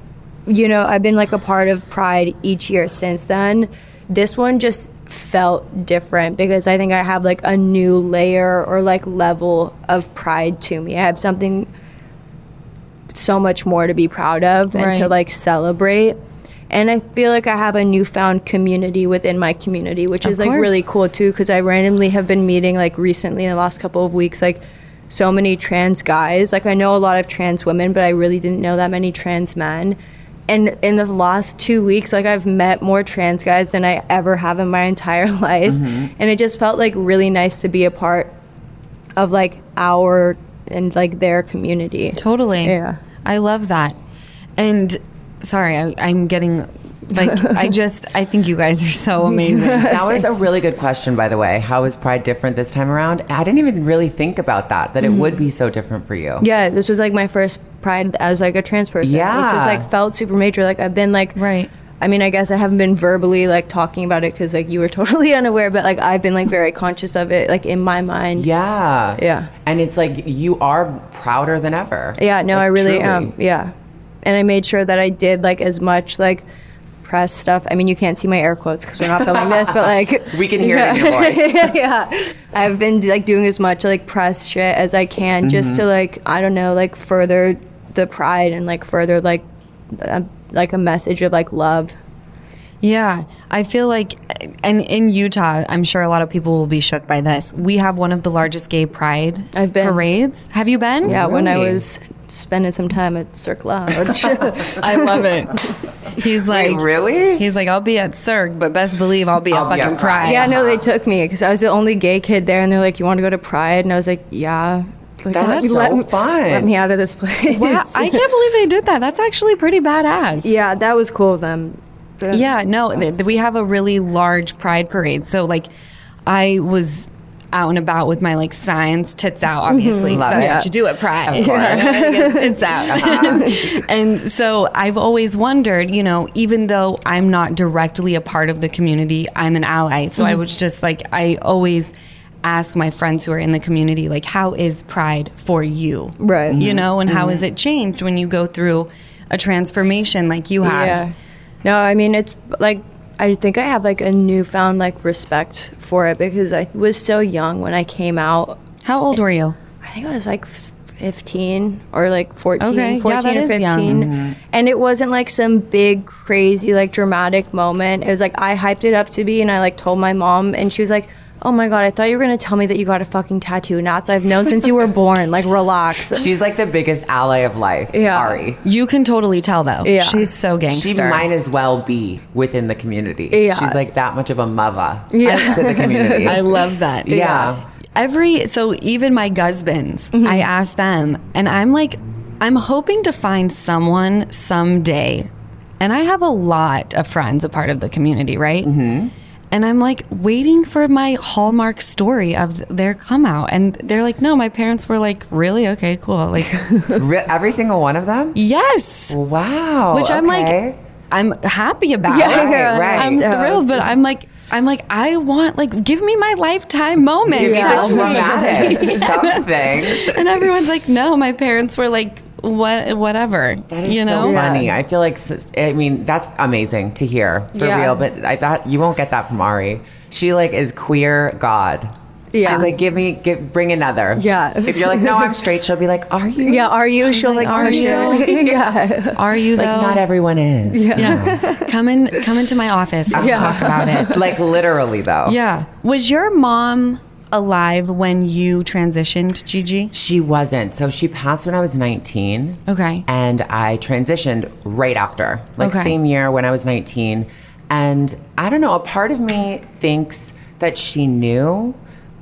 you know, I've been like a part of Pride each year since then. This one just felt different because I think I have like a new layer or like level of pride to me. I have something so much more to be proud of and to Right. like celebrate. And I feel like I have a newfound community within my community, which is like course. really cool too. Because I randomly have been meeting like recently in the last couple of weeks, like so many trans guys. Like I know a lot of trans women, but I really didn't know that many trans men. And in the last two weeks, like I've met more trans guys than I ever have in my entire life. And it just felt like really nice to be a part of like our and like their community. Totally. Yeah. I love that. And sorry, I, I'm getting Like I just I think you guys are so amazing. That was a really good question, by the way. How is Pride different this time around? I didn't even really think about that, that Mm-hmm. it would be so different for you. Yeah, this was like my first pride as like a trans person. Yeah. Which was like felt super major. Like I've been like Right. I mean, I guess I haven't been verbally like talking about it because like you were totally unaware, but like I've been like very conscious of it, like in my mind. Yeah. Yeah. And it's like you are prouder than ever. Yeah, no, Like, I really truly. am. Yeah. And I made sure that I did like as much like press stuff. I mean, you can't see my air quotes because we're not filming this, but like We can hear it in your voice. yeah. I've been like doing as much like press shit as I can just Mm-hmm. to like I don't know like further the pride and like further like uh, like a message of like love. Yeah, I feel like, and in Utah, I'm sure a lot of people will be shook by this. We have one of the largest gay pride I've been. parades. Have you been? Yeah, when I Really? was spending some time at Cirque Lounge. I love it. He's like, really? He's like, I'll be at Cirque, but best believe I'll be I'll at be at fucking Pride." Pride. yeah, no, they took me because I was the only gay kid there, and they're like, "You want to go to Pride?" And I was like, "Yeah." Like, That's let- so let me- fun. Let me out of this place. Wow, I can't believe they did that. That's actually pretty badass. yeah, that was cool of them. Yeah, no, th- th- we have a really large pride parade. So like, I was out and about with my like signs, tits out, obviously. 'cause Love that's it. what you do at pride. course. Everybody gets tits out. and so I've always wondered, you know, even though I'm not directly a part of the community, I'm an ally. So I was just like, I always ask my friends who are in the community like how is pride for you Right. you know and how has it changed when you go through a transformation like you have Yeah. No, I mean it's like I think I have like a newfound like respect for it because I was so young when I came out. How old were you? I think I was like f- 15 or like 14, Okay, yeah, 14 that or is 15. young. Mm-hmm. And it wasn't like some big crazy like dramatic moment. It was like I hyped it up to be and I like told my mom and she was like Oh my god! I thought you were gonna tell me that you got a fucking tattoo. Knots I've known since you were born. Like, relax. She's like the biggest ally of life, Yeah. Ari. You can totally tell though. Yeah. She's so She gangster. might as well be within the community. Yeah. She's like that much of a mother to the community. I love that. Yeah. Yeah. Every so even my husbands, I ask them and I'm like I'm hoping to find someone someday. And I have a lot of friends a part of the community, right? Mm-hmm. And I'm like waiting for my hallmark story of their come out. And they're like, no, my parents were like, really? Okay, cool. Like, Re- every single one of them? yes. Wow. Which I'm like, okay. I'm happy about. Right, Yeah. right. I'm Oh, Yeah. thrilled, but I'm like, I'm like, I want like, give me my lifetime moment. Give me Tell the me. traumatic something. And everyone's like, no, my parents were like, what, whatever. That is you know, so Yeah. funny. I feel like s- I mean that's amazing to hear for Yeah. real. But I thought you won't get that from Ari. She like is queer God. Yeah. She's like, give me, give, bring another. Yeah. If you're like, no, I'm straight, she'll be like, are you? yeah, are you? She'll like, like, "Are are you? yeah. are you Like though? not everyone is. yeah. come in, come into my office. Let's Yeah. talk about it. Like literally though. Yeah. Was your mom alive when you transitioned, Gigi? She wasn't. So she passed when I was 19. Okay. And I transitioned right after, like Okay. same year when I was 19. And I don't know, a part of me thinks that she knew,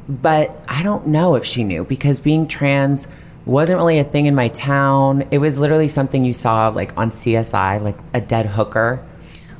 but I don't know if she knew because being trans wasn't really a thing in my town. It was literally something you saw like on CSI, like a dead hooker.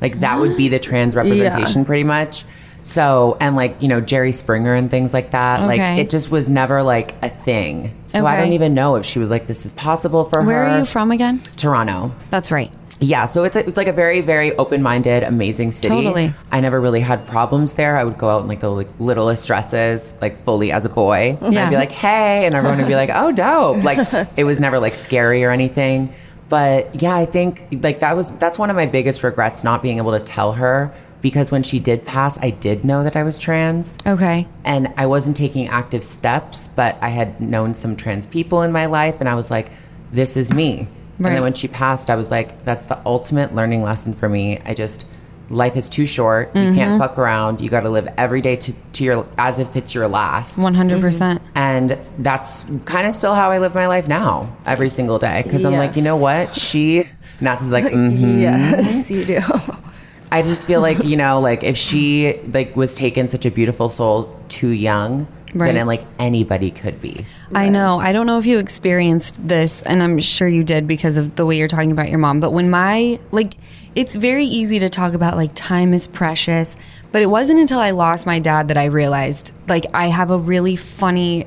Like that would be the trans representation pretty much. So, and like, you know, Jerry Springer and things like that. Like Okay. it just was never like a thing. So I Okay. don't even know if she was like, this is possible for her. Where are you from again? Toronto. That's right. Yeah, so it's, a, it's like a very, very open minded, amazing city. Totally. I never really had problems there. I would go out in like the like, littlest dresses, like fully as a boy. And Yeah. I'd be like, hey. And everyone would be like, oh, dope. Like, it was never like scary or anything. But yeah, I think like that was, that's one of my biggest regrets not being able to tell her because when she did pass, I did know that I was trans Okay. and I wasn't taking active steps, but I had known some trans people in my life, and I was like, this is me. And Right. then when she passed, I was like, that's the ultimate learning lesson for me. I just, life is too short. You can't fuck around. You got to live every day to, to your, as if it's your last. 100%. percent And that's kind of still how I live my life now, every single day. Cause I'm like, you know Yes. what? She, Nats is like, mm Yes, you do. I just feel like you know, like if she like was taken such a beautiful soul too young, Right. than like anybody could be. I know. I don't know if you experienced this, and I'm sure you did because of the way you're talking about your mom. But when my, like, it's very easy to talk about, like, time is precious. But it wasn't until I lost my dad that I realized, like, I have a really funny,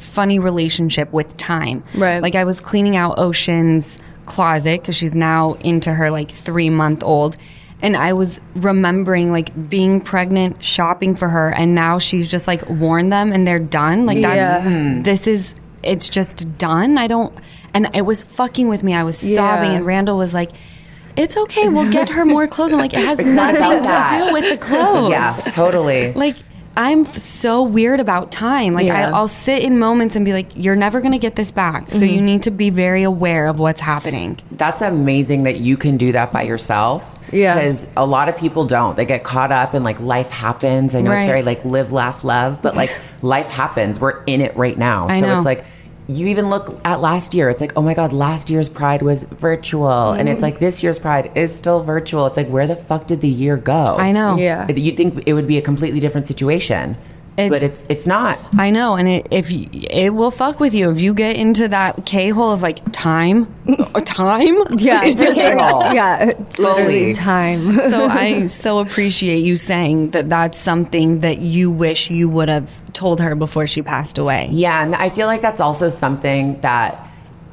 funny relationship with time. Right. Like, I was cleaning out Ocean's closet because she's now into her, like, three month old. And I was remembering like being pregnant, shopping for her, and now she's just like worn them and they're done. Like that's Yeah. Hmm. this is it's just done i don't and it was fucking with me i was sobbing Yeah. and randall was like it's okay we'll get her more clothes i'm like it has nothing about to that. do with the clothes Yeah, totally. like i'm f- so weird about time like I, Yeah. i'll sit in moments and be like you're never going to get this back so you need to be very aware of what's happening that's amazing that you can do that by yourself. Yeah. Because a lot of people don't. They get caught up in like life happens. I know Right. it's very like live, laugh, love, but like life happens. We're in it right now. I so know. it's like you even look at last year. It's like, oh my God, last year's pride was virtual. And Mm-hmm. it's like this year's pride is still virtual. It's like, where the fuck did the year go? i know Yeah. You'd think it would be a completely different situation. It's- but it's it's not. I know, and it, if y it will fuck with you if you get into that K hole of like time, Uh, time. Yeah, It's just like- yeah, it's literally Slowly. time. so I so appreciate you saying that that's something that you wish you would have told her before she passed away. Yeah, and I feel like that's also something that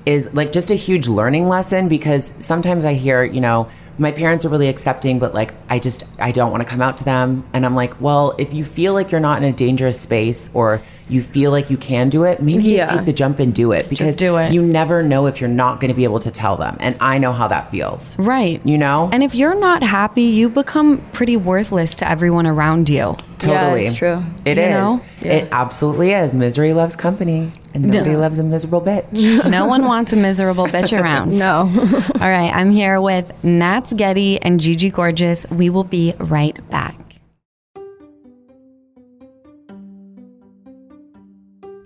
is like just a huge learning lesson because sometimes I hear, you know, my parents are really accepting, but like I just I don't want to come out to them. And I'm like, well, if you feel like you're not in a dangerous space or you feel like you can do it, maybe just Yeah. take the jump and do it because do it. you never know if you're not going to be able to tell them. And I know how that feels. Right. You know? And if you're not happy, you become pretty worthless to everyone around you. Yeah, Totally. it's true. It You is. know? It absolutely is. Misery loves company and nobody loves a miserable bitch. No one wants a miserable bitch around. no, All right, I'm here with Nats Getty and Gigi Gorgeous. We will be right back.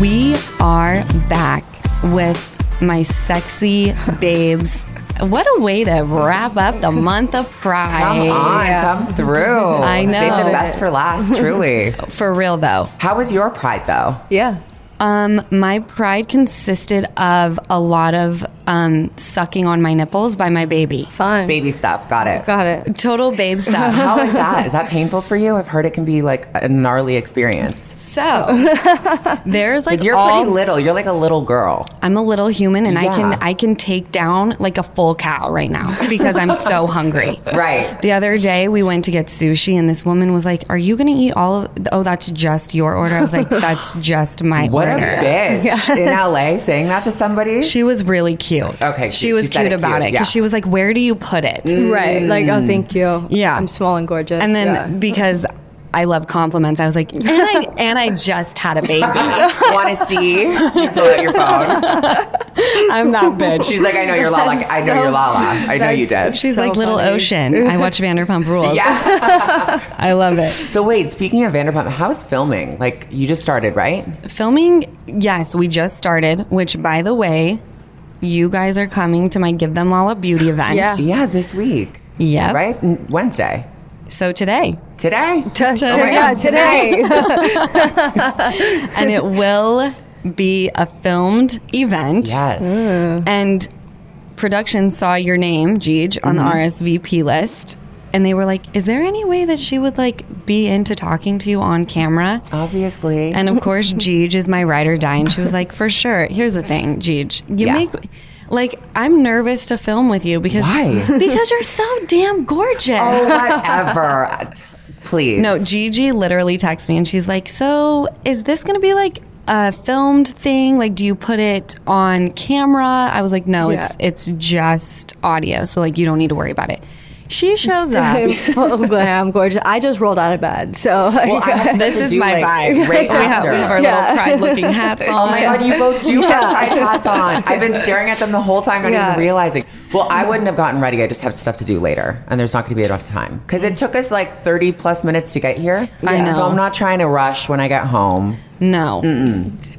We are back with my sexy babes. What a way to wrap up the month of Pride. Come on, come through. I Save know. the best for last, truly. For real though. How was your pride though? yeah, Um, my pride consisted of a lot of um, sucking on my nipples by my baby. fun. Baby stuff, got it. Got it. Total babe stuff. How is that? Is that painful for you? I've heard it can be like a gnarly experience. So there's like Because you're all pretty little. You're like a little girl. I'm a little human and I Yeah. can I can take down like a full cow right now because I'm so hungry. Right. The other day we went to get sushi and this woman was like, "Are you going to eat all of Oh, that's just your order." I was like, "That's just my What a order." bitch. In LA saying that to somebody? She was really cute. Okay, She cute. was She said cute it about cute, it cuz yeah. Mm-hmm. she was like, "Where do you put it?" Mm. Right. Like, oh, thank you. Yeah. I'm small and gorgeous. And then Yeah. because I love compliments. I was like, and I, and I just had a baby. Want to see? You pull out your phone. I'm that bitch. She's like, I know you're Lala. Like, I know you're Lala. I know you did. She's So like little funny. ocean. I watch Vanderpump Rules. yeah. I love it. So wait, speaking of Vanderpump, how's filming? Like you just started, right? Filming, yes, we just started, which by the way, you guys are coming to my Give Them Lala beauty event. Yeah. Yeah, this week. Yep. Right? N- Wednesday. So today. Today. Oh yeah, today. and it will be a filmed event. Yes. And production saw your name, Jeej, on Mm-hmm. the RSVP list. And they were like, is there any way that she would like be into talking to you on camera? Obviously. And of course, Jeej is my ride or die. And she was like, for sure. Here's the thing, Jeej. You Yeah. make, like, I'm nervous to film with you because, Why? because you're so damn gorgeous. Oh, whatever. Please. No, Gigi literally texts me and she's like, So is this going to be like a filmed thing? Like, do you put it on camera? I was like, No, it's it's just audio. So, like, you don't need to worry about it. She shows up. Full glam, gorgeous. I just rolled out of bed, so like, Well, I have stuff This to is do, my like, vibe. Right we have after. we have our Yeah. little pride looking hats on. Oh my god, you both do have pride hats on. I've been staring at them the whole time, not Yeah. even realizing. Well, I wouldn't have gotten ready. I just have stuff to do later, and there's not going to be enough time because it took us like 30 plus minutes to get here. I Yeah. know. So I'm not trying to rush when I get home. No.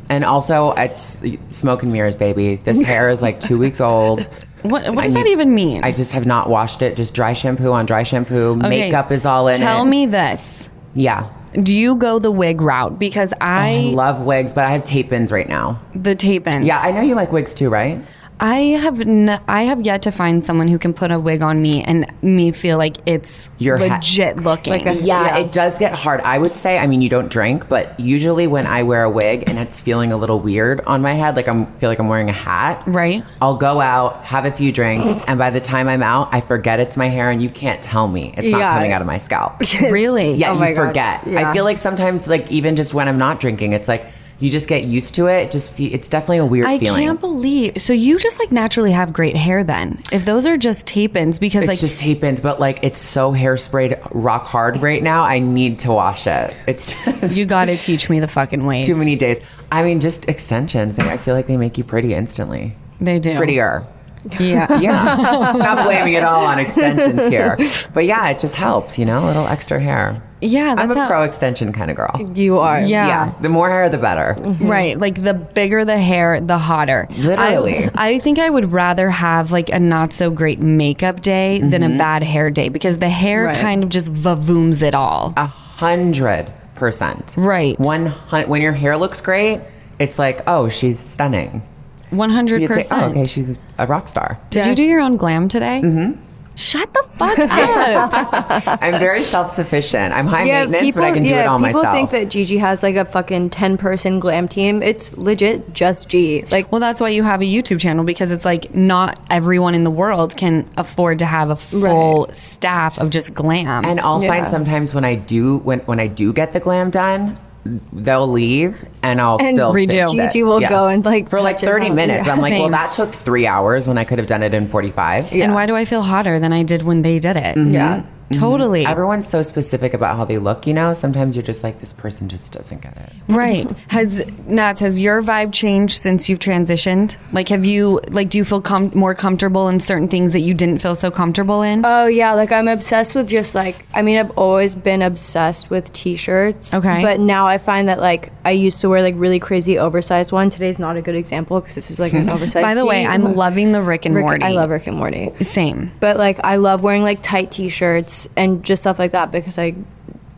And also, it's smoke and mirrors, baby. This hair is like two weeks old. What, what I does that need- even mean? I just have not washed it. Just dry shampoo on dry shampoo. Makeup is all in Tell it. me this. Yeah. Do you go the wig route? Because Oh, I I, love wigs, but I have tape ins right now. the tape ends. Yeah, I know you like wigs too, right? I have n- I have yet to find someone who can put a wig on me and me feel like it's Your hat. legit looking. Yeah, it does get hard. I would say, I mean, you don't drink, but usually when I wear a wig and it's feeling a little weird on my head, like I'm feel like I'm wearing a hat. Right. I'll go out, have a few drinks, and by the time I'm out, I forget it's my hair, and you can't tell me it's not Yeah. coming out of my scalp. really? Yeah, my you God. forget. I Yeah. feel like sometimes, like even just when I'm not drinking, it's like you just get used to it. Just fe- it's definitely a weird I feeling. can't believe. So you just like naturally have great hair then. If those are just tape-ins because it's like just tape ins, but like it's so hairsprayed rock hard right now. I need to wash it. It's just you got to teach me the fucking ways. too many days. I mean, just extensions. They, I feel like they make you pretty instantly. They do. Prettier. Yeah. Yeah. Not blaming it all on extensions here. But yeah, it just helps, you know, a little extra hair. Yeah, I'm that's a how- pro extension kind of girl. you are. Yeah. Yeah. The more hair, the better. Right. Like the bigger the hair, the hotter. Literally. I, I think I would rather have like a not so great makeup day than Mm-hmm. a bad hair day because the hair Right. kind of just vavooms it all. A hundred percent. Right. One hun- when your hair looks great, it's like, oh, she's stunning. 100%. You'd say, oh, okay, she's a rock star. Did you do your own glam today? Mm-hmm. Shut the fuck up. I'm very self sufficient. I'm high Yeah, maintenance, people, but I can do yeah, it all people myself. think that Gigi has like a fucking ten person glam team. It's legit just G. Like well, that's why you have a YouTube channel because it's like not everyone in the world can afford to have a full staff of just glam. And I'll find sometimes when I do when when I do get the glam done, they'll leave and I'll still redo. fix it. Gigi will go and, like, for like touch it thirty up. minutes. Yeah. I'm like, well, Same. that took three hours when I could have done it in forty five. And why do I feel hotter than I did when they did it? Mm-hmm. Yeah. Totally. Everyone's so specific about how they look, you know. Sometimes you're just like, this person just doesn't get it. Right. Has Nats, has your vibe changed since you've transitioned? Like have you like do you feel com- more comfortable in certain things that you didn't feel so comfortable in? Oh yeah, like I'm obsessed with just like I mean I've always been obsessed with t-shirts. Okay. But now I find that like I used to wear like really crazy oversized one. Today's not a good example because this is like an oversized. By the way, tee. I'm loving the Rick and Rick, Morty. I love Rick and Morty. Same. But like I love wearing like tight t-shirts and just stuff like that because I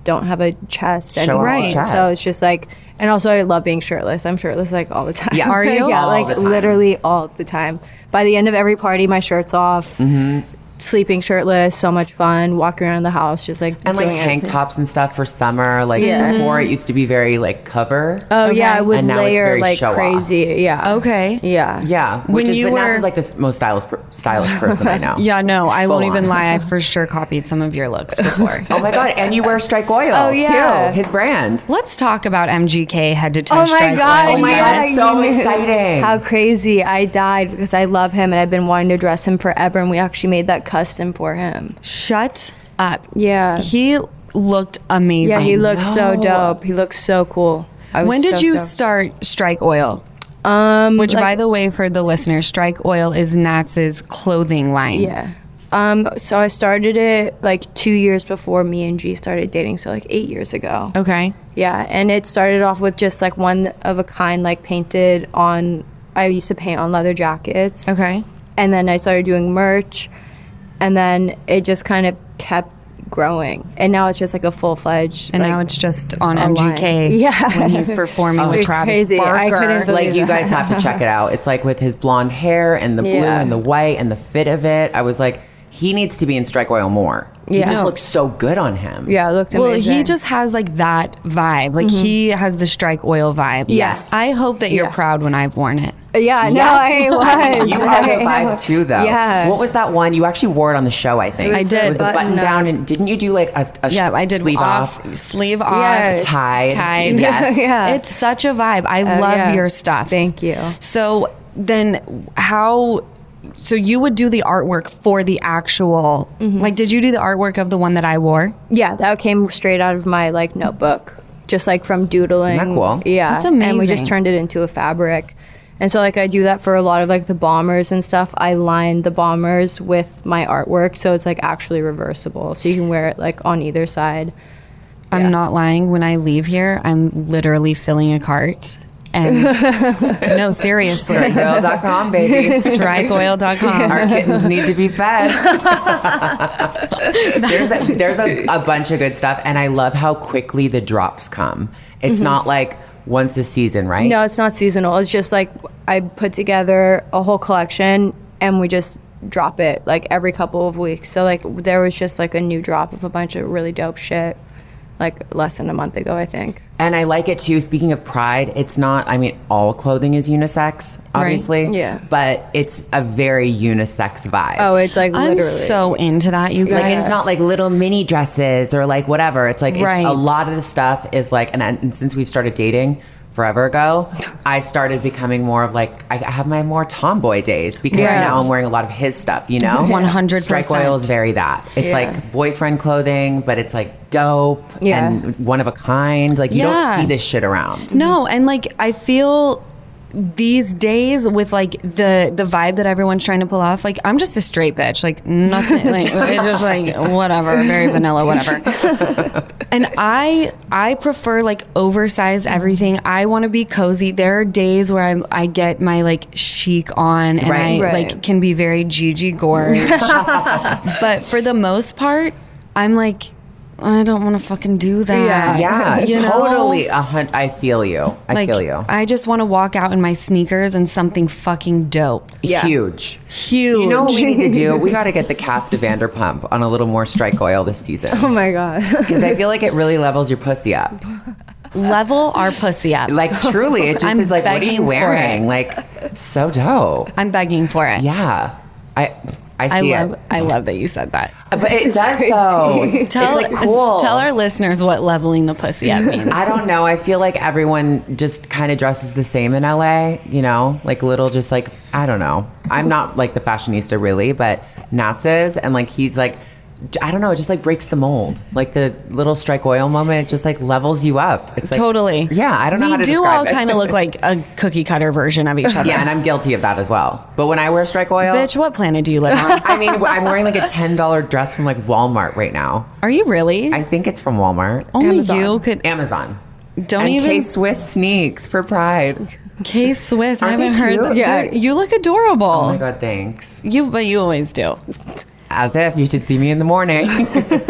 don't have a chest Show off anymore. the Right. chest. So it's just like and also I love being shirtless. I'm shirtless like all the time. Yeah. Are you? yeah, All like the time. literally all the time. By the end of every party my shirt's off. Mm-hmm. Sleeping shirtless, so much fun. Walking around the house, just like And like doing tank it. Mm-hmm. tops and stuff for summer. Like before, it used to be very like cover. Oh yeah, I would And now it's layer very like show off. crazy. Yeah. Okay. Yeah. yeah, When which is you but Nats were- is like the s- most stylish per- stylish person I know. Yeah, no, I Full won't even on. lie. I for sure copied some of your looks before. Oh my god! And you wear Strike Oil. Oh, yeah. too. his brand. Let's talk about MGK head to toe. Oh my Strike god! Oil, Oh my you God, guys. it's so exciting. How crazy! I died because I love him and I've been wanting to dress him forever, and we actually made that custom for him. Shut up. Yeah. He looked amazing. Yeah, he looked so dope. He looked so cool. I was When did so, you so- start Strike Oil? Um, Which, by the way, for the listener, Strike Oil is Nats's clothing line. yeah. Um, so I started it like two years before me and G started dating. So like eight years ago. Okay. Yeah, and it started off with just like one of a kind, like painted on. I used to paint on leather jackets. Okay. and then I started doing merch, and then it just kind of kept growing, and now it's just like a full fledged. And like, now it's just on line. MGK. Yeah. When he's performing with It's Travis crazy. Barker. I couldn't believe- like, Like you guys have to check it out. It's like with his blonde hair and the blue Yeah. and the white and the fit of it. I was like, he needs to be in Strike Oil more. He Yeah. just looks so good on him. yeah, it looked well, amazing. Mm-hmm. he just has like that vibe. Like he has the Strike Oil vibe. Yes. I hope that you're Yeah. proud when I've worn it. yeah, no, I was. You have a I know. vibe too, though. Yeah. What was that one? You actually wore it on the show, I think. I It did. was the button, Button up. down, and didn't you do like a, a sh- Yeah, I did sleeve off? off, sleeve off, Yes. Tied. tied. Yes. Yeah. Uh, It's such a vibe. I love yeah. your stuff. Thank you. So then, how? So you would do the artwork for the actual? Mm-hmm. Like, did you do the artwork of the one that I wore? yeah, that came straight out of my like notebook, just like from doodling. Isn't that cool? Yeah, That's And we amazing. just turned it into a fabric. And so, like, I do that for a lot of like the bombers and stuff. I lined the bombers with my artwork, so it's like actually reversible. So you can wear it like on either side. I'm not lying. When I leave here, I'm literally filling a cart. And no, seriously, Girl.com, baby. strikeoil.com. Our kittens need to be fed. there's a, there's a, a bunch of good stuff, and I love how quickly the drops come. It's Mm-hmm. not like once a season, right? No, Uh, it's not seasonal. It's just like I put together a whole collection and we just drop it like every couple of weeks. So like there was just like a new drop of a bunch of really dope shit like less than a month ago, I think. And I like it too. Speaking of pride, it's not, I mean, all clothing is unisex, obviously. Yeah. But it's a very unisex vibe. Oh, it's like I'm literally so into that, you guys. Like it's not like little mini dresses or like whatever. It's like Right. it's, a lot of the stuff is like, and, and since we've started dating forever ago, I started becoming more of like I have my more tomboy days because now I'm wearing a lot of his stuff. You know, 100%. Strike oil is very that. It's Yeah. like boyfriend clothing, but it's like dope Yeah. and one of a kind. Like you Yeah. don't see this shit around. No, and like I feel these days with like the the vibe that everyone's trying to pull off, like I'm just a straight bitch, like nothing, like it's just like whatever, very vanilla, whatever. and I I prefer like oversized everything. I want to be cozy. There are days where I I get my like chic on and Right. I Right. like can be very Gigi Gorge, but for the most part, I'm like. I don't want to fucking do that. Yeah, you know? totally. A hun- I feel you. I Like, feel you. I just want to walk out in my sneakers and something fucking dope. Huge. Huge. You know what we need to do? We got to get the cast of Vanderpump on a little more strike oil this season. Oh my god. Because I feel like it really levels your pussy up. Level our pussy up. Like, truly, it just I'm is like, what are begging you for wearing? Like, so dope. I'm begging for it. Yeah. I I I see love it. I love that you said that. But it does, though. Tell Uh, it's like cool. tell our listeners what leveling the pussy up means. I don't know. I feel like everyone just kind of dresses the same in LA, you know? Like little just like I don't know. I'm not like the fashionista really, but Nats is and like he's like I don't know, it just like breaks the mold. Like the little strike oil moment, it just like levels you up. It's like totally. Yeah, I don't know We how to do describe all it. kind of look like a cookie cutter version of each other. Yeah, and I'm guilty of that as well. But when I wear strike oil, Bitch, what planet do you live on? I mean, I'm wearing like a ten dollar dress from like Walmart right now. Are you really? I think it's from Walmart. Only you could. Amazon. Oh Don't And even K-Swiss sneaks for Pride. K Swiss. I Aren't they haven't heard. cute? that. Yeah. They're- You look adorable. Oh my god, thanks. You, but you always do. As if you should see me in the morning.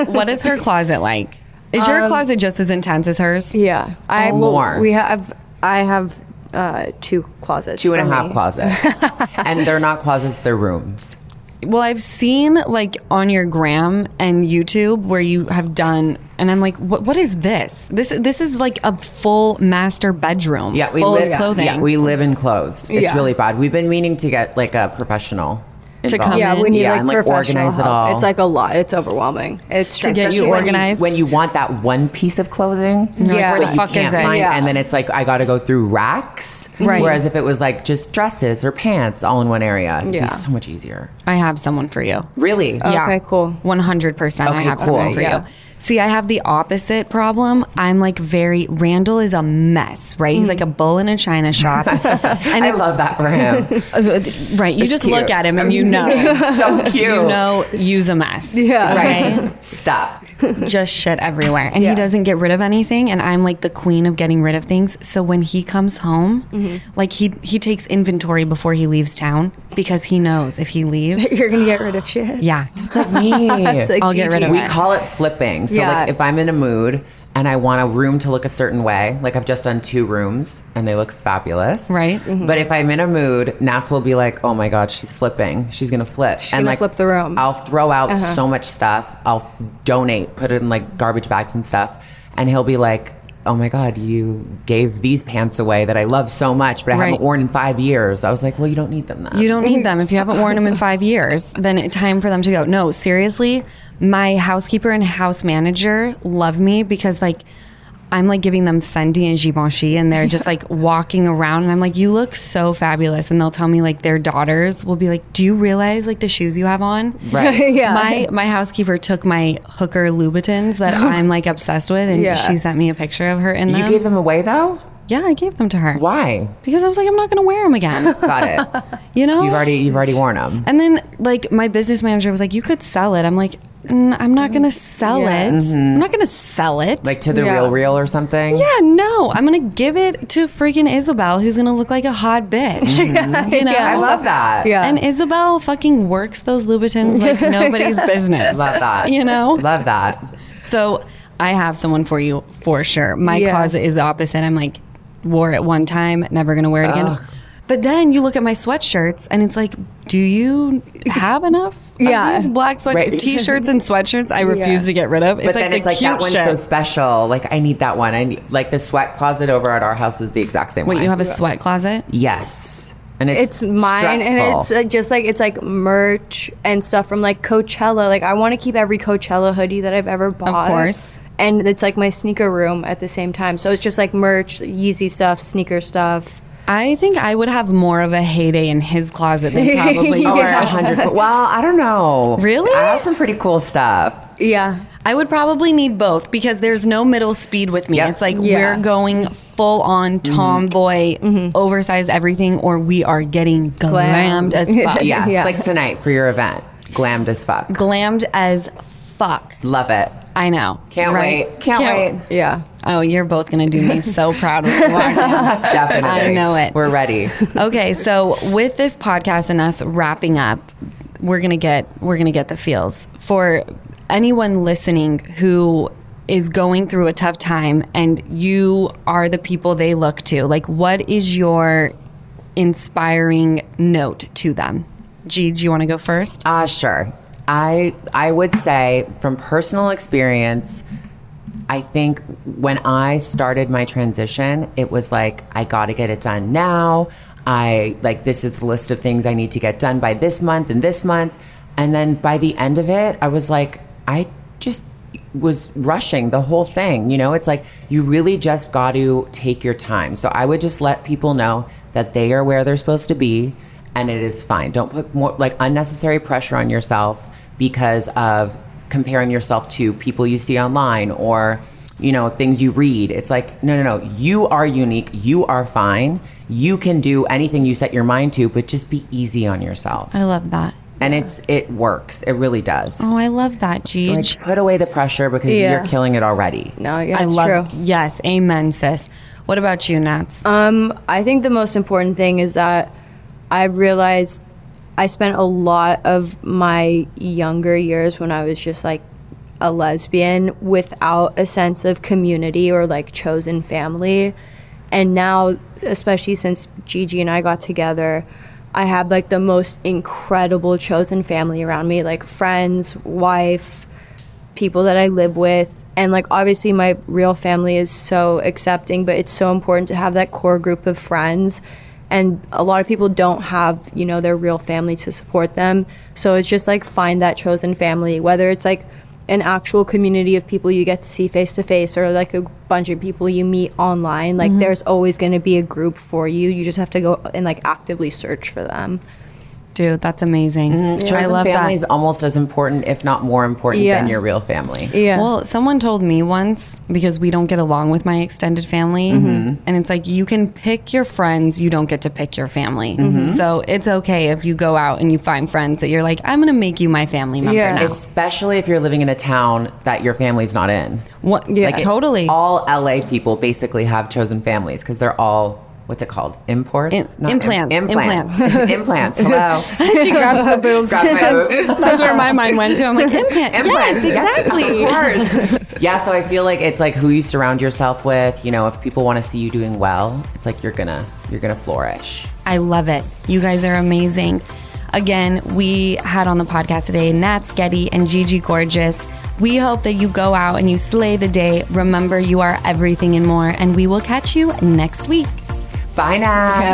What is her closet like? Is your closet just as intense as hers? Um, Yeah. I Oh, well, more. we have I have uh two closets. Two and for a half me. closets, and they're not closets; they're rooms. Well, I've seen like on your gram and YouTube where you have done, and I'm like, what? What is this? This this is like a full master bedroom. Yeah, we full live of clothing. Yeah, we live in clothes. It's Yeah. really bad. We've been meaning to get like a professional To involved. come Yeah, in. we need yeah, like and like professional organize help. it all. It's like a lot. It's overwhelming. It's To get stressful. you when organized. when you want that one piece of clothing, Yeah. where Where the you fuck is can't it? find- Yeah. and then it's like I got to go through racks. Right. Whereas if it was like just dresses or pants all in one area, it'd Yeah. be so much easier. I have someone for you. Really? Yeah. Okay, cool. 100%. I Okay, have cool. someone for Yeah. you. See, I have the opposite problem. I'm like very, Randall is a mess, right? Mm-hmm. He's like a bull in a china shop. and I it's- uh, love that for him. Right. You just look cute. at him and you know. so cute. You know, use a mess. Yeah. Right. Okay? Just stop. just shit everywhere. And Yeah. he doesn't get rid of anything. And I'm like the queen of getting rid of things. So when he comes home, like he he takes inventory before he leaves town because he knows if he leaves, You're gonna get rid of shit. yeah, It's like me. like I'll get rid of we it. call it flipping. So Yeah. like if I'm in a mood and I want a room to look a certain way, like I've just done two rooms and they look fabulous. Right. Mm-hmm. But if I'm in a mood, Nats will be like, "Oh my god, she's flipping. She's gonna flip." She's gonna flip the room. Uh-huh. I'll throw out so much stuff. I'll donate, put it in like garbage bags and stuff, and he'll be like. Oh my God! You gave these pants away that I love so much, but I Right. haven't worn in five years. I was like, "Well, you don't need them then." you don't need them. If you haven't worn them in five years, then it's time for them to go. No, seriously, my housekeeper and house manager love me because like. I'm like giving them Fendi and Givenchy, and they're just like walking around, and I'm like, "You look so fabulous!" And they'll tell me like their daughters will be like, "Do you realize like the shoes you have on?" Right. Yeah. My my housekeeper took my hooker Louboutins that I'm like obsessed with, and Yeah. she sent me a picture of her in them. you gave them away though. yeah, I gave them to her. Why? Because I was like, I'm not going to wear them again. Got it. You know. You've already you've already worn them. And then like my business manager was like, you could sell it. I'm like, "Mm, I'm not going to sell Yeah. it. I'm not going to sell it. Mm-hmm. Like to the Yeah. real real or something. yeah, no, I'm gonna give it to freaking Isabel, who's gonna look like a hot bitch. You know, Mm-hmm. I love that. Yeah. And Isabel fucking works those Louboutins like nobody's business. Love that. You know, Love that. So I have someone for you for sure. My Yeah. closet is the opposite. I'm like, wore it one time, never gonna wear it again. But then you look at my sweatshirts and it's like, do you have enough? of Yeah. these black sweat Right. t-shirts and sweatshirts. I refuse Yeah. to get rid of. It's But like then the it's like cute that one's shit. so special. Like I need that one. I need like the sweat closet over at our house is the exact same Wait, one. you have a sweat closet? Yes. And It's it's mine, and stressful. it's uh, just like it's like merch and stuff from like Coachella. Like I want to keep every Coachella hoodie that I've ever bought. course. And it's like my sneaker room at the same time. So it's just like merch, Yeezy stuff, sneaker stuff. I think I would have more of a heyday in his closet than probably Oh, yours. a hundred. Well, I don't know. Really? I have some pretty cool stuff. Yeah. I would probably need both because there's no middle speed with me. Yep. It's like Yeah. we're going full on Mm-hmm. tomboy, oversized everything, or we are getting glammed, as fuck. Yes. Yeah. Like tonight for your event. Glammed as fuck. Glammed as fuck. Love it. I know. Can't right? wait. Can't, wait. Yeah. Oh, you're both going to do me so proud when we walk in. Definitely. I know it. We're ready. Okay, so with this podcast and us wrapping up, we're gonna get we're gonna get the feels for anyone listening who is going through a tough time and you are the people they look to. Like, what is your inspiring note to them? Gee, do you want to go first? Ah, sure. I I would say from personal experience, I think when I started my transition, it was like I got to get it done now. I like this is the list of things I need to get done by this month and this month, and then by the end of it, I was like I just was rushing the whole thing. You know, it's like you really just got to take your time. So I would just let people know that they are where they're supposed to be and it is fine. Don't put more like unnecessary pressure on yourself because of comparing yourself to people you see online or you know things you read. It's like no no no, you are unique, you are fine. You can do anything you set your mind to, but just be easy on yourself. I love that. And it's it works. It really does. Oh, I love that, Gee. Like put away the pressure because Yeah. you're killing it already. No, yeah, I it's love. true. Yes, amen, sis. What about you, Nats? I think the most important thing is that I've realized I spent a lot of my younger years when I was just like a lesbian without a sense of community or like chosen family. And now, especially since Gigi and I got together, I have like the most incredible chosen family around me like friends, wife, people that I live with. And like obviously my real family is so accepting, but it's so important to have that core group of friends and a lot of people don't have you know their real family to support them so it's just like find that chosen family whether it's like an actual community of people you get to see face to face or like a bunch of people you meet online like there's always going to be a group for you you just have to go and like actively search for them Dude, that's amazing. I Chosen love family that. is almost as important, if not more important, Yeah. than your real family. yeah Well, someone told me once because we don't get along with my extended family, and it's like you can pick your friends, you don't get to pick your family. So it's okay if you go out and you find friends that you're like, I'm gonna make you my family member Yeah. now. Especially if you're living in a town that your family's not in. What, Yeah. like, totally. All LA people basically have chosen families because they're all. What's it called? Imports? Im- Not implants. implants. implants. Hello. she grabs the boobs. Grabs my boobs. That's where my mind went to. I'm like, implant. Implants, Yes, exactly. yeah, so I feel like it's like who you surround yourself with. You know, if people want to see you doing well, it's like you're gonna you're gonna flourish. I love it. You guys are amazing. Again, we had on the podcast today Nat Sketty and Gigi Gorgeous. We hope that you go out and you slay the day. Remember, you are everything and more, and we will catch you next week. Bye now.